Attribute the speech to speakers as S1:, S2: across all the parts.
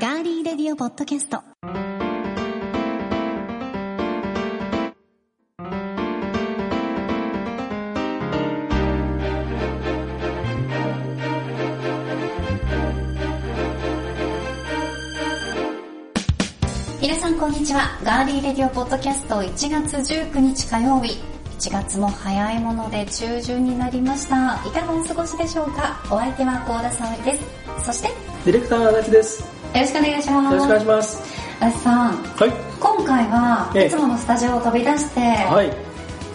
S1: ガーリーレディオポッドキャスト。皆さんこんにちは。ガーリーレディオポッドキャスト1月19日火曜日。1月も早いもので中旬になりました。いかがお過ごしでしょうかお相手は高田沙織です。そして、よ
S2: ディレクター足立です。よ
S1: ろしくお願いします。
S2: ろしくお願いします。
S1: 足立さん、
S2: はい。
S1: 今回は
S2: ええ
S1: いつものスタジオを飛び出して、
S2: はい。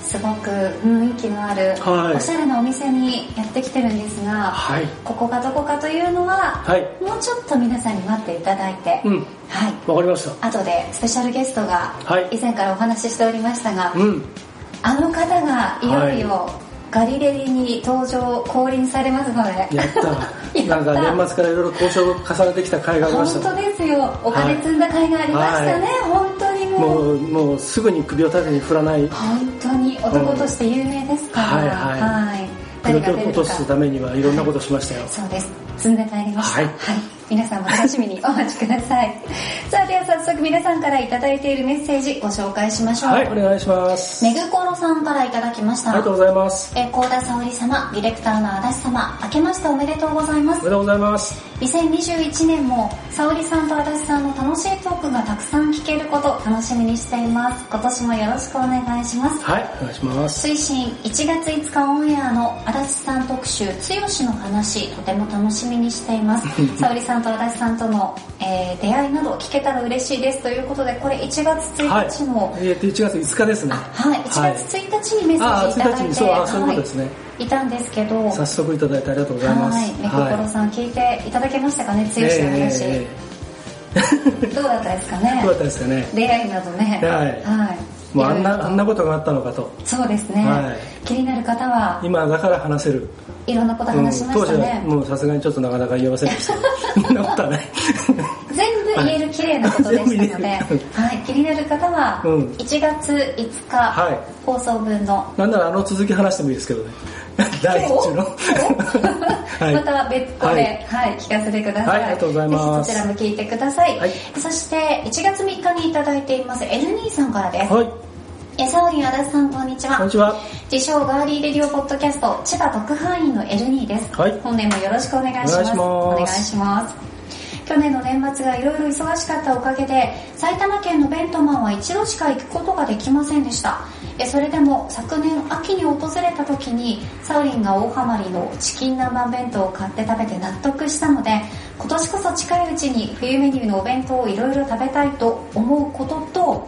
S1: すごく雰囲気のある
S2: はい
S1: おしゃれなお店にやってきてるんですが、
S2: はい。
S1: ここがどこかというのは、
S2: はい。
S1: もうちょっと皆さんに待っていただいて、
S2: うん。
S1: はい
S2: わかりまし
S1: 後でスペシャルゲストが
S2: はい
S1: 以前からお話ししておりましたが、
S2: た。うん。
S1: あの方がいよいよガリレディに登場降臨されますので、
S2: やっ
S1: や
S2: た。
S1: った
S2: なんか年末からいろいろ交渉を重ねてきた甲斐がありま
S1: 本
S2: した
S1: 当。ですよお金積んだ甲斐がありましたね、本当にも
S2: も
S1: う
S2: う、もうすぐに首を縦に振らない。
S1: 本当に男として有名ですから、
S2: うんはいはい
S1: い
S2: 首
S1: 誰が
S2: を
S1: 出る
S2: 落
S1: か
S2: とすためにはいろんなことをしましたよ。
S1: そうです積んでまいりました、
S2: はい
S1: 皆さんも楽しみにお待ちください さあでは早速皆さんから頂いているメッセージご紹介しましょう、
S2: はい、お願いします。
S1: めぐころさんからいただきました
S2: ありがとうございます。
S1: えー幸田沙織様ディレクターの足立様明けましておめでとうございま
S2: おめ
S1: す
S2: でとうございます。
S1: 2021年も沙織さんと足立さんの楽しいトークがたくさん聞けること楽しみにしています今年もよろしくお願いします
S2: はい、お願いします。
S1: 推進1月5日オンエアの足立さん特集「剛しの話」とても楽しみにしています 沙織さんと足立さんとの、えー出会いなど聞けたら嬉しいですということでこれ1月
S2: はい
S1: 1日の、。
S2: えっと、1月5日ですね。
S1: はい、1月1日にメッセージいただ
S2: あー1日
S1: い
S2: に
S1: て、
S2: そうあー
S1: は
S2: そういうことですね
S1: い、いたんですけど
S2: 早速いただいてありがとうございま
S1: は
S2: す
S1: い、。メココロさん、聞いていただけましたかね、剛の話、
S2: え
S1: どうだったですか
S2: え
S1: ね
S2: どうだったですかね。
S1: 出会いなどね
S2: はいもうあん
S1: いろいろ
S2: な、
S1: と
S2: あんなことがあったのかと。
S1: そうですね、
S2: はい
S1: 気になる方は
S2: 今だから話せる。
S1: いろんなこと話しま
S2: 当
S1: し
S2: 時
S1: た
S2: は
S1: ね、
S2: もうさすがにちょっとなかなか言えませんでした。 そんなことはない。
S1: 全部言える綺麗なことでしたので、
S2: 全部言える
S1: はい、気になる方は
S2: うん
S1: 1月5日、
S2: は
S1: 放送分の
S2: なんならあの続き話してもいいですけどね。第一の。はい。
S1: また別個
S2: は
S1: で、
S2: い
S1: はい聞かせてください、
S2: はいありがとうございます
S1: ぜひそちらも聞いてください、
S2: はい
S1: そして1月3日にいただいています N さんからです、
S2: はい。
S1: えさおりん足立さんこんにち
S2: こん
S1: は
S2: にちは。
S1: 自称ガーリーレディオポッドキャスト千葉特派員のエルニーです、
S2: はい
S1: 本年もよろしくお願いします
S2: お願いしま
S1: ま
S2: す
S1: す去年の年末がいろいろ忙しかったおかげで埼玉県のベントマンは一度しか行くことができませんでしたえそれでも昨年秋に訪れた時にサオリンが大ハマりのチキン南蛮弁当を買って食べて納得したので今年こそ近いうちに冬メニューのお弁当をいろいろ食べたいと思うことと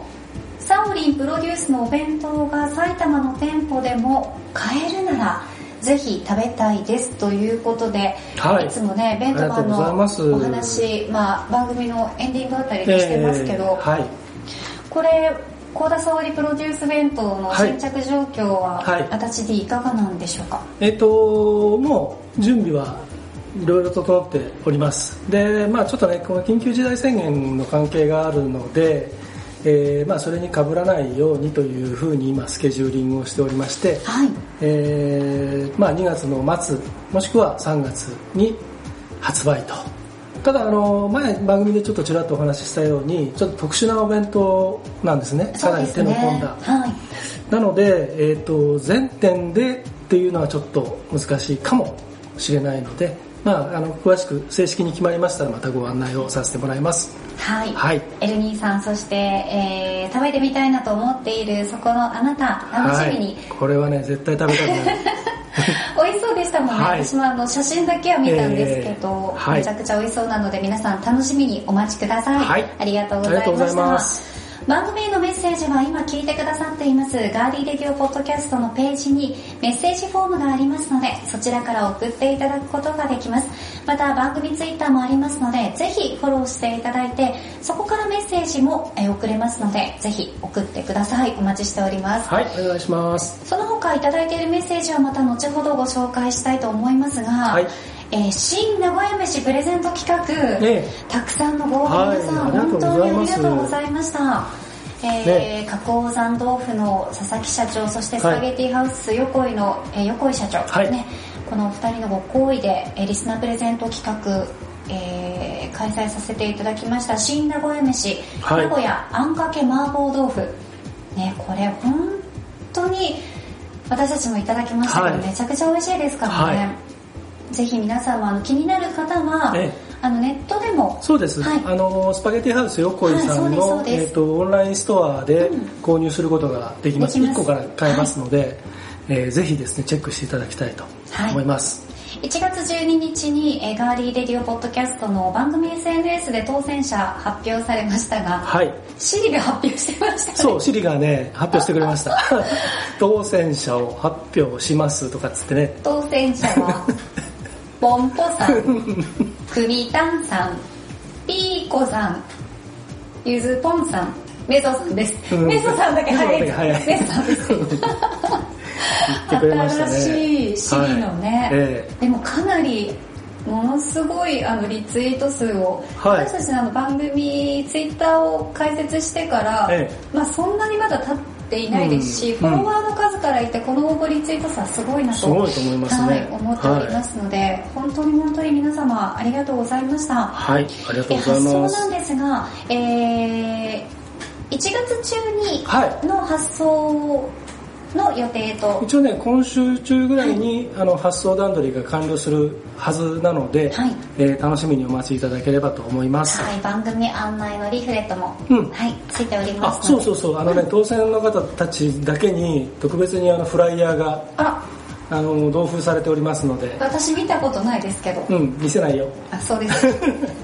S1: サオリンプロデュースのお弁当が埼玉の店舗でも買えるならぜひ食べたいですということで、
S2: はい
S1: つもね弁当マン
S2: ありがとうございます
S1: のお話まあ、番組のエンディングあたりにしてますけど、
S2: えーはい。
S1: これ幸田沙織プロデュース弁当の
S2: はい
S1: 新着状況は、
S2: はい
S1: 私でいかがなんでしょうか
S2: えっ、と、もう準備はいろいろ整っております。で、まあちょっとね、この緊急事態宣言の関係があるので、えーまあそれに被らないようにというふうに今スケジューリングをしておりまして、
S1: はい
S2: えーまあ、2月の末もしくは3月に発売とただあの前番組でちょっとちらっとお話ししたようにちょっと特殊なお弁当なんですねか
S1: そう
S2: な
S1: で
S2: り
S1: す
S2: 手の
S1: ね
S2: 込んだ、
S1: はい
S2: なので、えー、と全店でっていうのはちょっと難しいかもしれないので、まあ、あの詳しく正式に決まりましたらまたご案内をさせてもらいます
S1: はい、
S2: はい
S1: エルニーさんそして、えー食べてみたいなと思っているそこのあなた楽しみに、
S2: はい、これはね絶対食べたくなる
S1: 美味しそうでしたもんね、
S2: はい
S1: 私もあの写真だけは見たんですけど、
S2: えーはい
S1: めちゃくちゃ美味しそうなので皆さん楽しみにお待ちください、
S2: はい
S1: ありがとうござ
S2: ありがと
S1: いう
S2: ご
S1: ま
S2: ざ
S1: し
S2: いま
S1: た番組へのメッセージは今聞いてくださっていますガーリーレディオポッドキャストのページにメッセージフォームがありますのでそちらから送っていただくことができますまた番組ツイッターもありますのでぜひフォローしていただいてそこからメッセージもえー送れますのでぜひ送ってくださいお待ちしております
S2: はいお願いします
S1: その他いただいているメッセージはまた後ほどご紹介したいと思いますが、
S2: はい
S1: えー新名古屋飯プレゼント企画、
S2: ええ
S1: たくさんのご応募皆さん、
S2: はいあり
S1: 本
S2: がとう
S1: 当
S2: ござ
S1: にあ
S2: いま
S1: り
S2: す
S1: がとうございました。えー加工山豆腐の佐々木社長そしてスパゲティハウス横井の、えー横井社長、
S2: はい
S1: ねこのお二人のご好意で、えーリスナープレゼント企画、えー開催させていただきました新名古屋飯、
S2: はい
S1: 名古屋あんかけ麻婆豆腐、ね、これ本当に私たちもいただきましたけど、
S2: はい
S1: めちゃくちゃ美味しいですからね、
S2: は
S1: ぜひ皆さんはあの気になる方は、
S2: ええ
S1: あのネットでも
S2: そうです、
S1: はい
S2: あのスパゲティハウス横井さん
S1: はい
S2: の、
S1: そうですそう
S2: え
S1: です
S2: っとオンラインストアで購入することができます
S1: できま
S2: 1
S1: す
S2: 個から買えますので、えーぜひですねチェックしていただきたいと
S1: はい
S2: 思います、
S1: 1月12日に、えーガーリーレディオポッドキャストの番組 SNS で当選者発表されましたが、
S2: はい
S1: シリが発表してましたね。
S2: そう、シリがね、発表してくれま した。当選者を発表しますとかっつってね。
S1: 当選者は、ボンポさん、クミタンさん、ピーコさん、ゆずぽんさん、メソさんです。
S2: うん
S1: メソさんだけ早いです。
S2: 早い
S1: メソさんです。
S2: 言ってくれましたね
S1: 新しいシリの
S2: はい
S1: ね、
S2: え
S1: でもかなりものすごいあのリツイート数を、
S2: はい
S1: 私たちのあの番組ツイッターを開設してから、
S2: え
S1: まあ、そんなにまだ経っていないですし、
S2: うん
S1: フォロワーの数から言ってこの応募リツイート数はすごいなと
S2: すごいと思いますね
S1: はい、思っておりますので、本当に本当に皆様ありがとうございました。
S2: はい、ありがとうござい
S1: え
S2: ま
S1: 発送
S2: す。
S1: なんですが、えー、1月
S2: は
S1: 中にの発送の予定と、
S2: 一応ね、今週中ぐらいに、あの発送段取りが完了するはずなので、
S1: はい
S2: えー楽しみにお待ちいただければと思います。
S1: はい、番組案内のリフレットも、
S2: うん
S1: はい、ついておりま
S2: あ
S1: す
S2: そう
S1: う
S2: そうそうあのね当選の方たちだけに特別にあのフライヤーが
S1: あら
S2: あの同封されておりますので
S1: 私見たことないですけど、
S2: うん見せないよ
S1: あそう です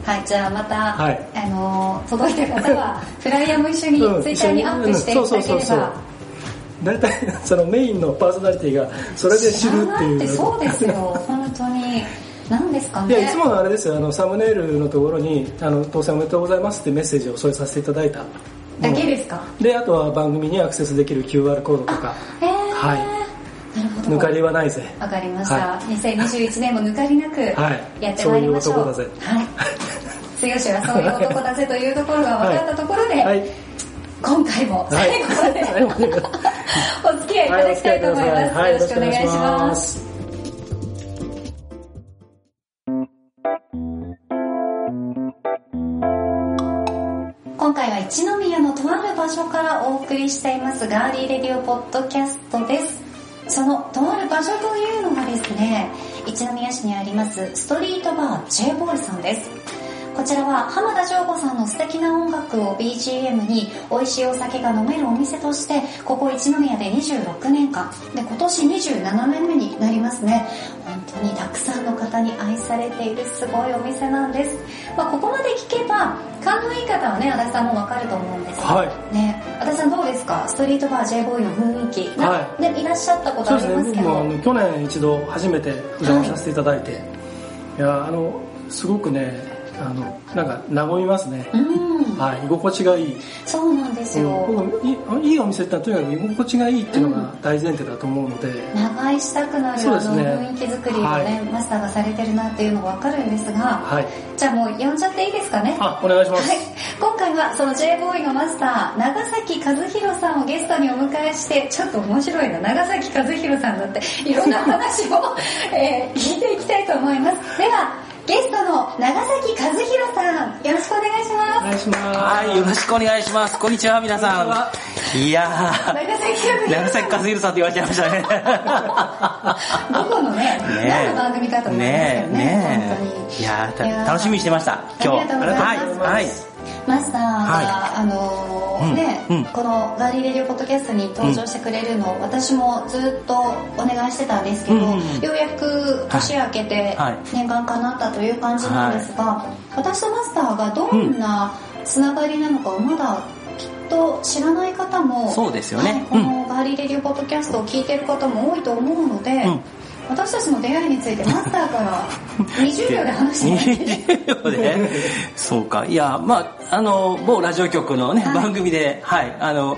S1: はいじゃあまた、
S2: はい
S1: あのー届いた方 はフライヤーも一緒に
S2: うん
S1: ツイッターにアップしてい
S2: 一緒
S1: ただけ
S2: にうんそうそう
S1: れ
S2: そうそう
S1: ば
S2: 大体 そのメインのパーソナリティがそれで知るっていう
S1: 知らなそうです よ本当に何ですか
S2: い
S1: ね
S2: やいつものあれですよあのサムネイルのところにあの「当選おめでとうございます」ってメッセージを添えさせていただいた
S1: だけですか
S2: であとは番組にアクセスできる QR コードとか
S1: えー、
S2: はい
S1: なるほど
S2: 抜かりはないぜ
S1: わかりました、
S2: は
S1: 2021年も抜かりなく
S2: はい
S1: やってまいりましょう、
S2: そうい
S1: は
S2: う男だぜ
S1: い 剛はそういう男だぜというところが分かったところで、
S2: はい
S1: 今回も最後まで、
S2: はいはい
S1: お付き合いいただきたいと思います、
S2: はい
S1: よろしくお願いし
S2: は
S1: ます
S2: す
S1: 今回は一宮のとある場所からお送りしていますガーリーレディオポッドキャストですそのとある場所というのがですね一宮市にありますストリートバー J ボーイさんですこちらは浜田省吾さんの素敵な音楽を BGM に美味しいお酒が飲めるお店としてここ一宮で26年間で今年27年目になりますね本当にたくさんの方に愛されているすごいお店なんです、まあ、ここまで聞けば勘のいい方はね足立さんもわかると思うんですが
S2: はい
S1: ね足立さんどうですかストリートバー J ボーイの雰囲気、な
S2: は
S1: ねいらっしゃったこと
S2: そ
S1: あ
S2: う
S1: り
S2: で
S1: ますす
S2: ね
S1: け
S2: 僕もあ
S1: ど
S2: の去年一度初めてお邪魔させていただいて、い、やあのすごくねあのなんか和みますね
S1: う、ん
S2: はい居心地がいい
S1: そうなんですよ、
S2: うん僕いいいいお店ってのはとにかく居心地がいいっていうのが大前提だと思うので、
S1: 長居したくなる、
S2: そう
S1: あ
S2: ですね
S1: の雰囲気作りをね、
S2: はい
S1: マスターがされてるなっていうのがわかるんですが、
S2: はい
S1: じゃあもう呼んじゃっていいですかね。はい。
S2: あお願いします、
S1: 今回はその j ボーイのマスター、長崎和弘さんをゲストにお迎えして、ちょっと面白いな、長崎和弘さんだって、いろんな話を、えー聞いていきたいと思います。では、ゲストの長崎和弘さん、よろしくお願いし
S2: お
S1: ます。
S2: 願いします
S3: はい、よろしくお願いします。こんにちは、皆
S2: こんにち
S3: さ
S2: は
S3: ん。いや
S1: 長崎
S3: ー、
S1: 和弘
S3: 長
S1: さ
S3: 崎和弘さんって言われちゃいましたね。
S1: ん、どこのね、
S3: ね
S1: 何の番組かと思いますけど ね、
S3: ね
S1: 本当に。
S3: え。いやー
S1: いやー
S3: た楽しみにしてました、今日。
S1: ありがとうございます
S3: はい、はい。
S1: マスターが、
S3: はい
S1: あのー
S3: うん
S1: ね、
S3: うん
S1: このガーリーレディオポッドキャストに登場してくれるの、私もずっとお願いしてたんですけど、
S3: うんうんうん
S1: ようやく年明けて
S3: はい
S1: 念願かなったという感じなんですが、私とマスターがどんなつながりなのかをまだきっと知らない方も、
S3: そうですよね
S1: はいこ
S3: うん
S1: のガーリーレディオポッドキャストを聞いてる方も多いと思うので、
S3: ん
S1: 私たちの出会いについてマスターから20秒で話してもらっていいですか
S3: 20秒でそうかいやまああの某ラジオ局のね、
S1: はい
S3: 番組ではいあの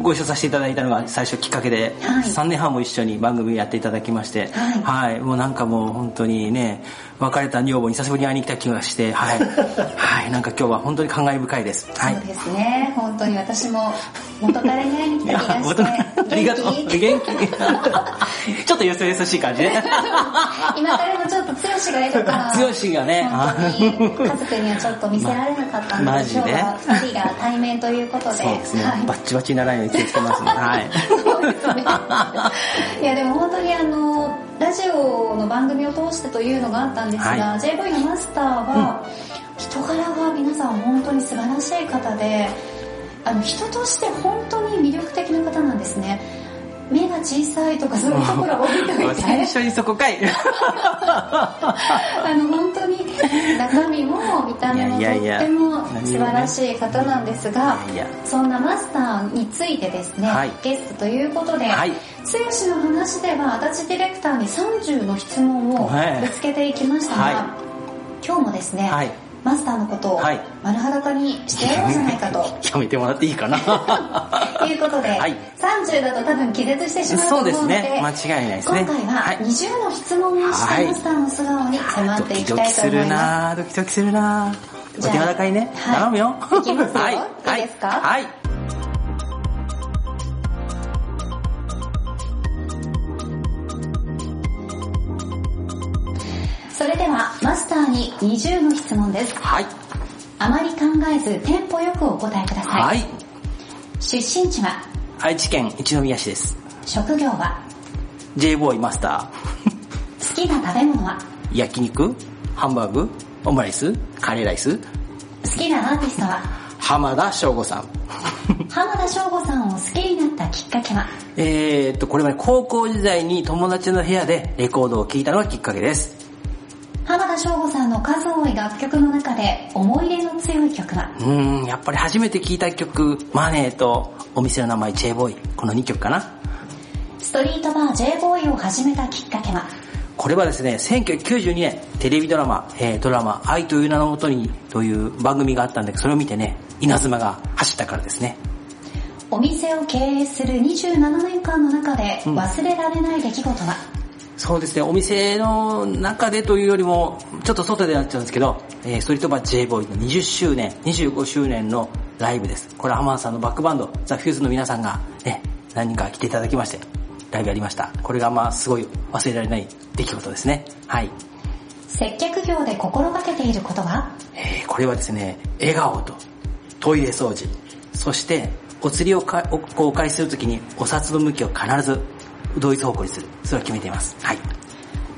S3: ご一緒させていただいたのが最初きっかけで、
S1: はい
S3: 3年半も一緒に番組やっていただきまして、
S1: は
S3: はいもうなんかもう本当にね別れた女房に久しぶりに会いに来た気がしてはい、 はい、なんか今日は本当に感慨深いです。はい
S1: そうですね、本当に私も元彼に会いに来た気が
S3: いや元
S1: して、
S3: ありがとう。元
S1: 元
S3: 気
S1: 気
S3: ちょっとよそよそしい感じね。
S1: 今からのちょっと剛がいるから
S3: 剛がね
S1: 本当に家族にはちょっと見せられなかったので、
S3: ま マジ
S1: 今
S3: で
S1: 日は2人が対面ということで
S3: そうですね
S1: は。い
S3: バッチバチにならないように気をつけますね。はい。
S1: そうですねいやでも本当にあのラジオの番組を通してというのがあったんですが、
S3: は
S1: JV のマスターは、人柄が皆さん本当に素晴らしい方であの人として本当に魅力的な方なんですね目が小さいとかそういうところは置いといて
S3: 最初にそこか い。
S1: あの本当に中身も見た目もと
S3: いやいや
S1: っ
S3: いや
S1: ても素晴らしい方なんですが
S3: いやいや
S1: そんなマスターについてですね、
S3: はい
S1: ゲストということで、
S3: はい
S1: 剛の話では足立ディレクターに30の質問を
S3: はい
S1: ぶつけていきましたが、
S3: はい
S1: 今日もですね、
S3: はい
S1: マスターのことを
S3: はい
S1: 丸裸にしてやろうじゃないかと。
S3: やめてもらっていいかな。
S1: いうことで、
S3: はい
S1: 30だと多分気絶してしまうと思うので
S3: そうですね間違いないですね
S1: 今回は
S3: はい
S1: 20の質問をしたマスターの素顔に迫っ
S3: ド
S1: てい
S3: キ
S1: き
S3: ド
S1: た
S3: キ
S1: いと
S3: す
S1: 思いま
S3: る
S1: す。
S3: なドキドキするなお
S1: じ
S3: 手
S1: ゃあ
S3: 柔らかいね。
S1: はい
S3: 頼むよ。
S1: いきますよ
S3: はい
S1: いいですか
S3: はい。
S1: それではマスターに20の質問です。
S3: はい。
S1: あまり考えずテンポよくお答えください。
S3: はい。
S1: 出身地は
S3: 愛知県一宮市です。
S1: 職業は
S3: j ボーイマスタ
S1: 好きな食べ物は
S3: ー。焼肉ハンバーグオムライスカレーライス
S1: 好きなアーティストは
S3: 浜田省吾さん。
S1: 浜田省吾さんを好きになったきっかけは
S3: えーっと、これまで高校時代に友達の部屋でレコードを聴いたのがきっかけです。
S1: 浜田省吾さんの数多い楽曲の中で思い入れの強い曲は
S3: うーん、やっぱり初めて聴いた曲、マネーとお店の名前 j ボーイこの2曲かな。
S1: ストリートバー j ボーイを始めたきっかけは
S3: これはですね、1992年、テレビドラマ、えードラマ、愛という名のもとに、という番組があったんで、それを見てね、稲妻が走ったからですね。
S1: お店を経営する27年間の中で忘れられない出来事は、
S3: そうですね、お店の中でというよりも、ちょっと外でなっちゃうんですけど、えーストリートバー j ボーイの20周年、25周年のライブです。これ浜田さんのバックバンド、ザ・フューズの皆さんがね、何人か来ていただきまして、ライブやりました。これがまあすごい忘れられない出来事ですね。はい。
S1: 接客業で心がけていることは
S3: えーこれはですね、笑顔とトイレ掃除、そしてお釣りをかおこうお借りするときにお札の向きを必ず同一方向にする。それは決めています。はい。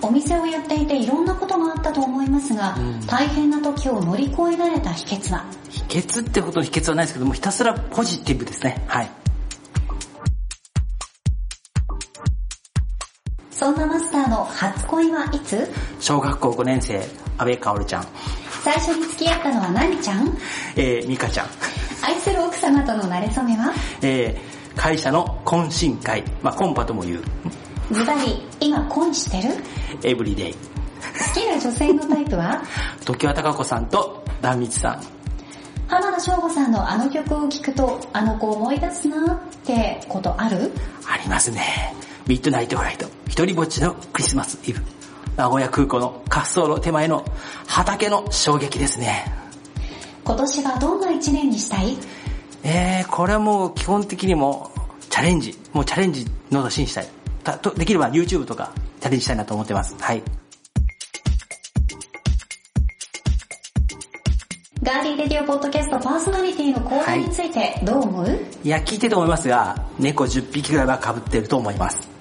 S1: お店をやっていていろんなことがあったと思いますが、大変な時を乗り越えられた秘訣は
S3: 秘訣ってほどの秘訣はないですけども、ひたすらポジティブですね。はい。
S1: そんなマスターの初恋はいつ
S3: 小学校5年生、安倍薫ちゃん、
S1: 最初に付き合ったのは何ちゃん
S3: えー、美香ちゃん、
S1: 愛する奥様との馴れ初めは
S3: えー、会社の懇親会、まあコンパとも言う、
S1: ズバリ今恋してる
S3: エブリデイ、
S1: 好きな女性のタイプは
S3: 時は貴子さんと壇蜜さん、
S1: 浜田省吾さんのあの曲を聴くとあの子を思い出すなってことある
S3: ありますね。ミッドナイトフライト、一人ぼっちのクリスマスイブ。名古屋空港の滑走路手前の畑の衝撃ですね。
S1: 今年はどんな一年にしたい
S3: えー、これはもう基本的にもチャレンジ、もうチャレンジのしにしたい。たとできれば YouTube とかチャレンジしたいなと思ってます。はい。
S1: ガーリーレディオポッドキャストパーソナリティの後輩についてどう思う、
S3: いや、聞いてて思いますが、猫10匹ぐらいは被ってると思います。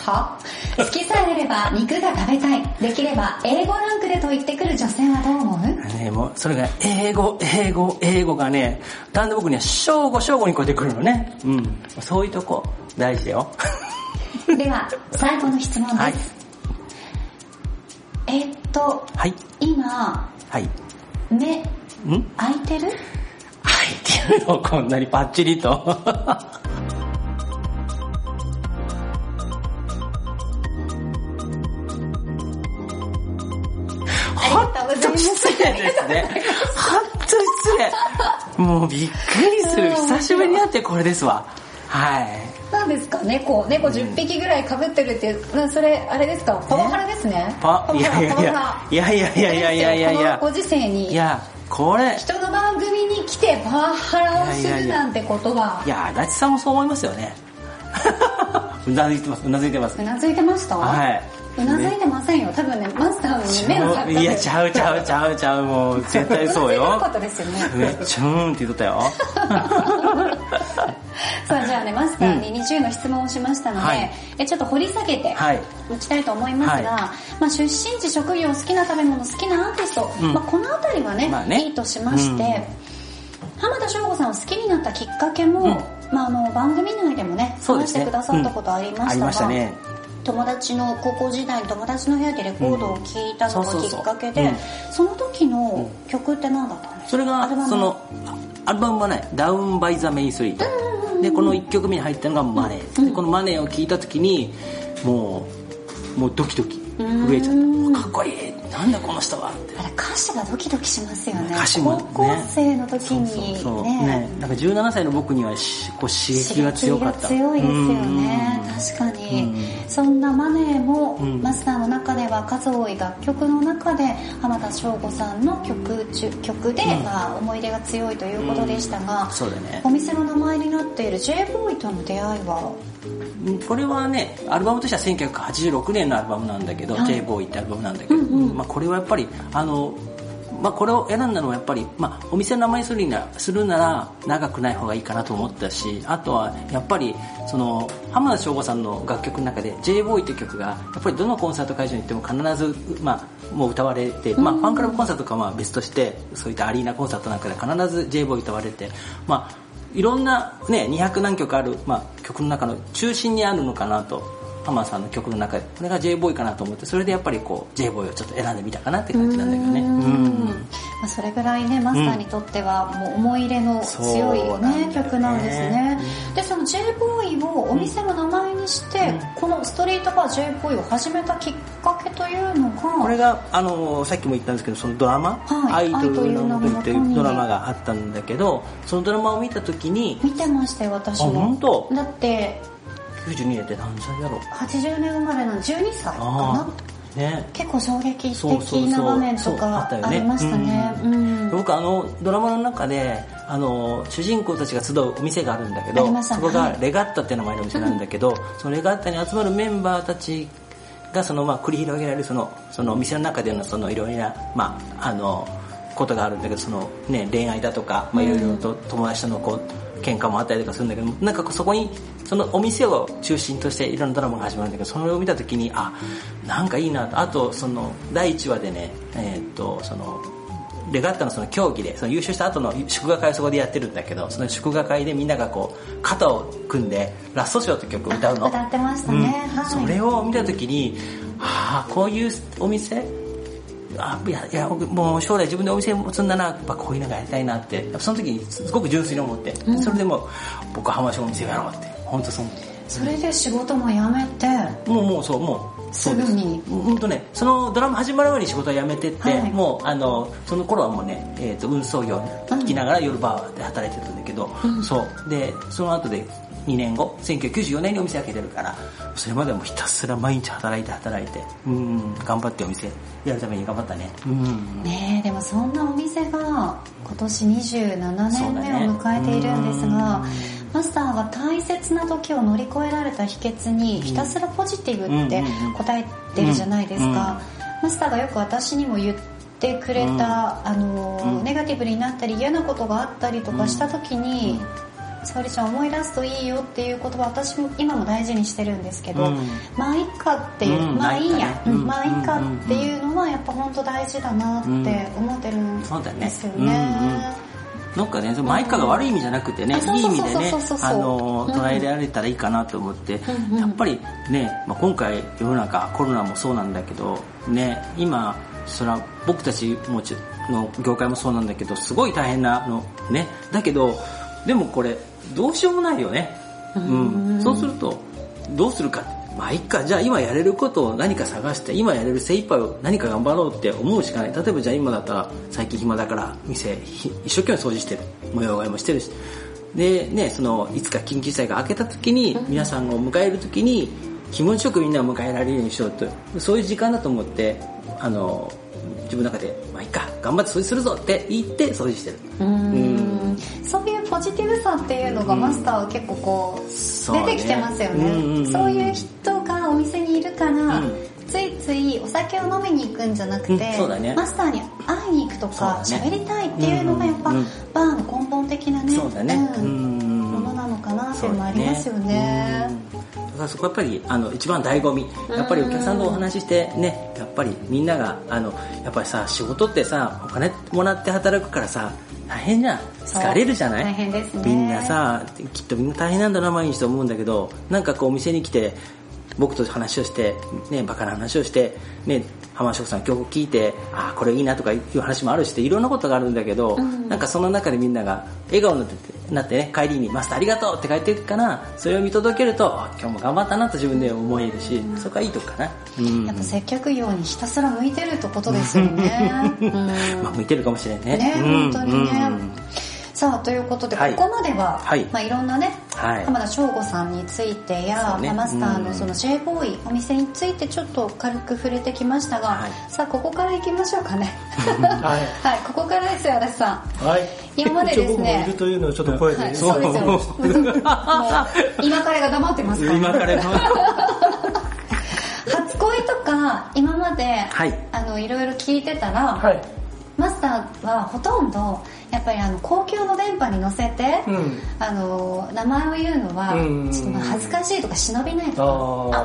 S1: は好きさえあれば肉が食べたい。できれば英語ランクでと言ってくる女性はどう思う
S3: ね、もう、それが、英語、英語、英語がね、だんだん僕には、正午、正午に超えてくるのね。うん。そういうとこ、大事だよ。
S1: では、最後の質問です。
S3: はい。
S1: えーっと、
S3: はい。
S1: 今、
S3: はい。
S1: 目、
S3: ん
S1: 開いてる
S3: はいっていうのをこんなにパッチリと。
S1: ありがとうございます。
S3: 失礼ですね。本当失礼。もうびっくりする。久しぶりに会ってこれですわ。はい。
S1: 何ですか猫、猫10匹ぐらい被ってるって、なそれ、あれですかパワハラですね。
S3: パ、いやいやいや、いやいやいやいやいやいやいや
S1: このご、時世
S3: い
S1: に、
S3: や、これ、
S1: 人の番組に来てパワハラをするなんてことは、
S3: いや、足立さんもそう思いますよね。 うなずいてます、うなずいてます
S1: う。なずいてました
S3: はいう
S1: なずいてませんよ。多分ね、マスターの目の錯覚です
S3: いや、ちゃうちゃうちゃうちゃう、もう、絶対そ
S1: うなず
S3: う
S1: いてな
S3: よ
S1: か。ったですよね。
S3: めっちゃうーんって言っとったよ。
S1: さあじゃあねマスターに20の質問をしましたので、
S3: はい
S1: えちょっと掘り下げて
S3: はい
S1: いきたいと思いますが、まあ、出身地職業好きな食べ物好きなアーティスト、
S3: うん
S1: まあ、この辺りはね,、
S3: まあね
S1: いいとしまして、浜田省吾さんを好きになったきっかけも、
S3: うん
S1: まあ、あの番組内でもね
S3: そうで
S1: 話し
S3: すね
S1: てくださったことありましたが、
S3: ありましたね。
S1: 友達の高校時代に友達の部屋でレコードを聴いたの
S3: うんそう
S1: がき
S3: そうそう
S1: っかけで、
S3: うん
S1: その時の曲って何だったんですか
S3: それが
S1: アルバム
S3: そのアルバムはね「ダウン・バイ・ザ・メイン・ストリート」でこの1曲目に入ったのが「マネー」でこの「マネー」を聴いた時にもうもうドキドキ震えちゃ
S1: うん
S3: ったかっこいいなんだこの人はって
S1: あれ歌詞がドキドキしますよね
S3: 歌詞もね
S1: 高校生の時
S3: そう
S1: に
S3: そう
S1: ね
S3: そうねなんか17歳の僕にはしこう刺激が強かった
S1: 刺激が強いですよ
S3: うん
S1: ね確かに、
S3: うん
S1: そんなマネーも、
S3: うん
S1: マスターの中では数多い楽曲の中で浜田省吾さんの曲中曲で、まあ、思い出が強いということでしたが、
S3: そうだよね
S1: お店の名前になっている j ボーイとの出会いは
S3: うんこれはねアルバムとしては1986年のアルバムなんだけど「
S1: はい
S3: j ボーイってアルバムなんだけど、まあ、これはやっぱりあの、まあ、これを選んだのはやっぱり、まあ、お店の名前にするなするなら長くない方がいいかなと思ったしあとはやっぱりその浜田省吾さんの楽曲の中で「j ボーイって曲がやっぱりどのコンサート会場に行っても必ず、まあ、もう歌われて、まあ、ファンクラブコンサートとかはまあ別としてそういったアリーナコンサートなんかで必ず j ボーイ歌われて、まあ、いろんな、ね、200何曲ある、まあ、曲の中の中心にあるのかなと浜田さんの曲の中でこれが j ボーイかなと思ってそれでやっぱりこう j ボーイをちょっと選んでみたかなって感じなんだけどね
S1: うん
S3: うん
S1: まあ、それぐらいねマスターにとってはもう思い入れの強い、
S3: そうなんだ
S1: ね
S3: よね
S1: 曲なんですねでその j ボーイをお店の名前にして、このストリートバー j ボーイを始めたきっかけというのが
S3: これが、あのーさっきも言ったんですけどそのドラマ「
S1: はい
S3: 愛という名
S1: 愛という名の
S3: の」
S1: も
S3: っ
S1: と
S3: て
S1: に
S3: いうドラマがあったんだけどそのドラマを見た時に
S1: 見てましたよ私
S3: あ本
S1: も
S3: 当
S1: だって
S3: 92年って何歳だろう
S1: 80年生まれの12歳かな
S3: あね
S1: 結構衝撃
S3: そうそう
S1: 的
S3: そ
S1: な
S3: う
S1: 場面とか
S3: そう
S1: ありましたね
S3: うん
S1: うん
S3: 僕あのドラマの中であの主人公たちが集うお店があるんだけ
S1: あり
S3: ど、
S1: ました
S3: そ
S1: ね
S3: こがレガッタって名前のお店なんだけど、そのレガッタに集まるメンバーたちがそのまあ繰り広げられるそのそのお店の中でのそのいろいろなまああのことがあるんだけどそのね恋愛だとかまあいろいろと友達とのこう喧嘩もあったりとかするんだけどなんかこうそこにそのお店を中心としていろんなドラマが始まるんだけどそれを見た時にあなんかいいなとあとその第1話でねえーっとそのレガッタのその競技でその優勝した後の祝賀会をそこでやってるんだけどその祝賀会でみんながこう肩を組んで「ラストショー」って曲を歌うの
S1: 歌ってましたね、
S3: うん
S1: はい
S3: それを見た時にああこういうお店あいやいや僕もう将来自分でお店持つんだなやっぱこういうのがやりたいなってやっぱその時にすごく純粋に思って、それでもう僕は浜松お店をやろうって本当そう思って
S1: それで仕事も辞めて
S3: もうもうそうもうそうです
S1: ぐに
S3: 本当ねそのドラマ始まる前に仕事は辞めてって、
S1: はい
S3: もうあのその頃はもうね、えー、と運送業に行きながら夜バーで働いてたんだけど、そうでその後で2年後1994年にお店開けてるからそれまでもひたすら毎日働いて働いてうん頑張ってお店やるために頑張ったねうん
S1: ねえでもそんなお店が今年27年目
S3: そうだね
S1: を迎えているんですが、マスターが大切な時を乗り越えられた秘訣にひたすらポジティブって
S3: うんうんうん
S1: 答えてるじゃないですか、マスターがよく私にも言ってくれた、あのネガティブになったり嫌なことがあったりとかした時に、沙織ちゃん思い出すといいよっていう言葉私も今も大事にしてるんですけど、
S3: うん
S1: まあいいかっていう、
S3: うん
S1: まあいいや、
S3: うん
S1: うんまあいいかっていうのはやっぱ本当大事だなって思ってる
S3: そうだ
S1: ん
S3: ね
S1: ですよ
S3: うんうん
S1: ね。
S3: なんかね、そのマイカが悪い意味じゃなくてね、
S1: あそう
S3: いい意
S1: そう
S3: 味
S1: そう
S3: でね
S1: そうそう、そう
S3: あの、
S1: うん
S3: 捉えられたらいいかなと思って、
S1: うん
S3: やっぱりね、まあ、今回世の中コロナもそうなんだけど、ね、今、そら僕たちもちの業界もそうなんだけど、すごい大変なの、ね。だけど、でもこれ、どうしようもないよね。うん。そうすると、どうするか。まあいっか、じゃあ今やれることを何か探して、今やれる精一杯を何か頑張ろうって思うしかない。例えばじゃあ今だったら、最近暇だから、店、ひ一生懸命掃除してる。模様替えもしてるし。で、ね、その、いつか緊急事態が明けた時に、皆さんを迎える時に、気持ちよくみんなを迎えられるようにしようと。そういう時間だと思って、あの、自分の中で、まあいっか、頑張って掃除するぞって言って掃除してる。
S1: うん
S3: うん
S1: そういうポジティブさっていうのがマスターは結構こう、
S3: そうね
S1: 出てきてますよ
S3: うんうんう
S1: ね。
S3: ん
S1: そういう人がお店にいるから、
S3: うん
S1: ついついお酒を飲みに行くんじゃなくて、
S3: うんそうだね
S1: マスターに会いに行くとか、
S3: そうだ
S1: 喋、
S3: ね
S1: りたいっていうのがやっぱ、
S3: うんうんうん
S1: バーの根本的なね、
S3: そうだね
S1: う
S3: うんん
S1: ものなのかなっていうのもありますよね。
S3: うんだからそこやっぱりあの一番醍醐味やっぱりお客さんとお話ししてねやっぱりみんながあのやっぱりさ仕事ってさお金もらって働くからさ大変じゃん
S1: そう
S3: 疲れるじゃない
S1: 大変ですね
S3: みんなさきっとみんな大変なんだな毎日と思うんだけどなんかこうお店に来て僕と話をして、ね、バカな話をして、ね、浜食さん曲聞いてああこれいいなとかいう話もあるしいろんなことがあるんだけど、
S1: うん
S3: なんかその中でみんなが笑顔になってなってね帰りに「マスターありがとう」って帰っていくからそれを見届けるとあ今日も頑張ったなと自分で思えるし、そこはいいとこかな、うん
S1: やっぱ接客業にひたすら向いてるってことですよ ね。うん
S3: まあ、向いてるかもしれんね
S1: ね、
S3: う
S1: 本
S3: ん
S1: 当にね。
S3: うん
S1: さあ、ということで、こ
S3: はい
S1: こまでは、
S3: はい
S1: まあ、いろんなね、
S3: はい
S1: 浜田省吾さんについてや、
S3: そうね
S1: まあマスターの
S3: うん
S1: その J ボーイ、お店についてちょっと軽く触れてきましたが、
S3: はい
S1: さあ、ここから行きましょうかね。
S2: はい
S1: はい、ここからですよ、足立さん。
S2: はい
S1: 今までですね
S2: 一応僕もいるというのをちょっと声で、
S1: はい、そう ですよ。もう 今彼が黙ってますから。
S3: 今から
S1: 初恋とか、今まで、
S3: はい
S1: あの、いろいろ聞いてたら、
S2: はい
S1: マスターはほとんどやっぱりあの公共の電波に乗せて、
S2: うん
S1: あの名前を言うのは
S2: うん
S1: ちょっとまあ恥ずかしいとか忍びないとか
S2: あー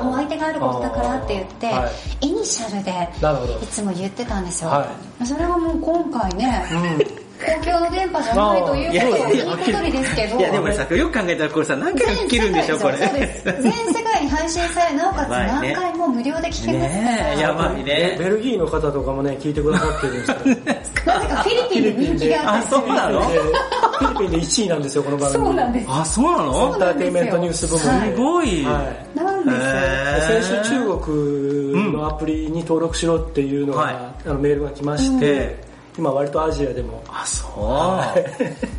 S1: あもう相手があることだからって言って、
S2: は
S1: イニシャルで
S2: なるほど
S1: いつも言ってたんですよ、
S2: は
S1: それはもう今回ね、
S2: うん
S1: 公共の電波じゃないということはいいい
S3: やいや
S1: ことにですけど
S3: いやでもさよく考えたらこれさ何回も聞けるんでしょこれ
S1: 全世界ですよそうです全世界に配信されなおかつ
S3: やばい
S1: 何
S3: ね
S1: 回も無料で聞けますから、
S3: ねえやばいね
S2: ベルギーの方とかもね聞いてくださってるんですけど
S1: なぜかフィリピンで人気があっ
S3: あ
S1: て
S3: そうなの
S2: えーフィリピンで1位なんですよこの番組
S1: そうなんです
S3: あそうな
S2: エ
S3: の
S2: ンターテインメントニュース部門
S1: そうなん
S3: すごい、
S2: はい
S1: なんですよ、
S2: 先週中国のアプリに登録しろっていうのが、
S3: はい
S2: あのメールが来まして、今割とアジアでも
S3: あそう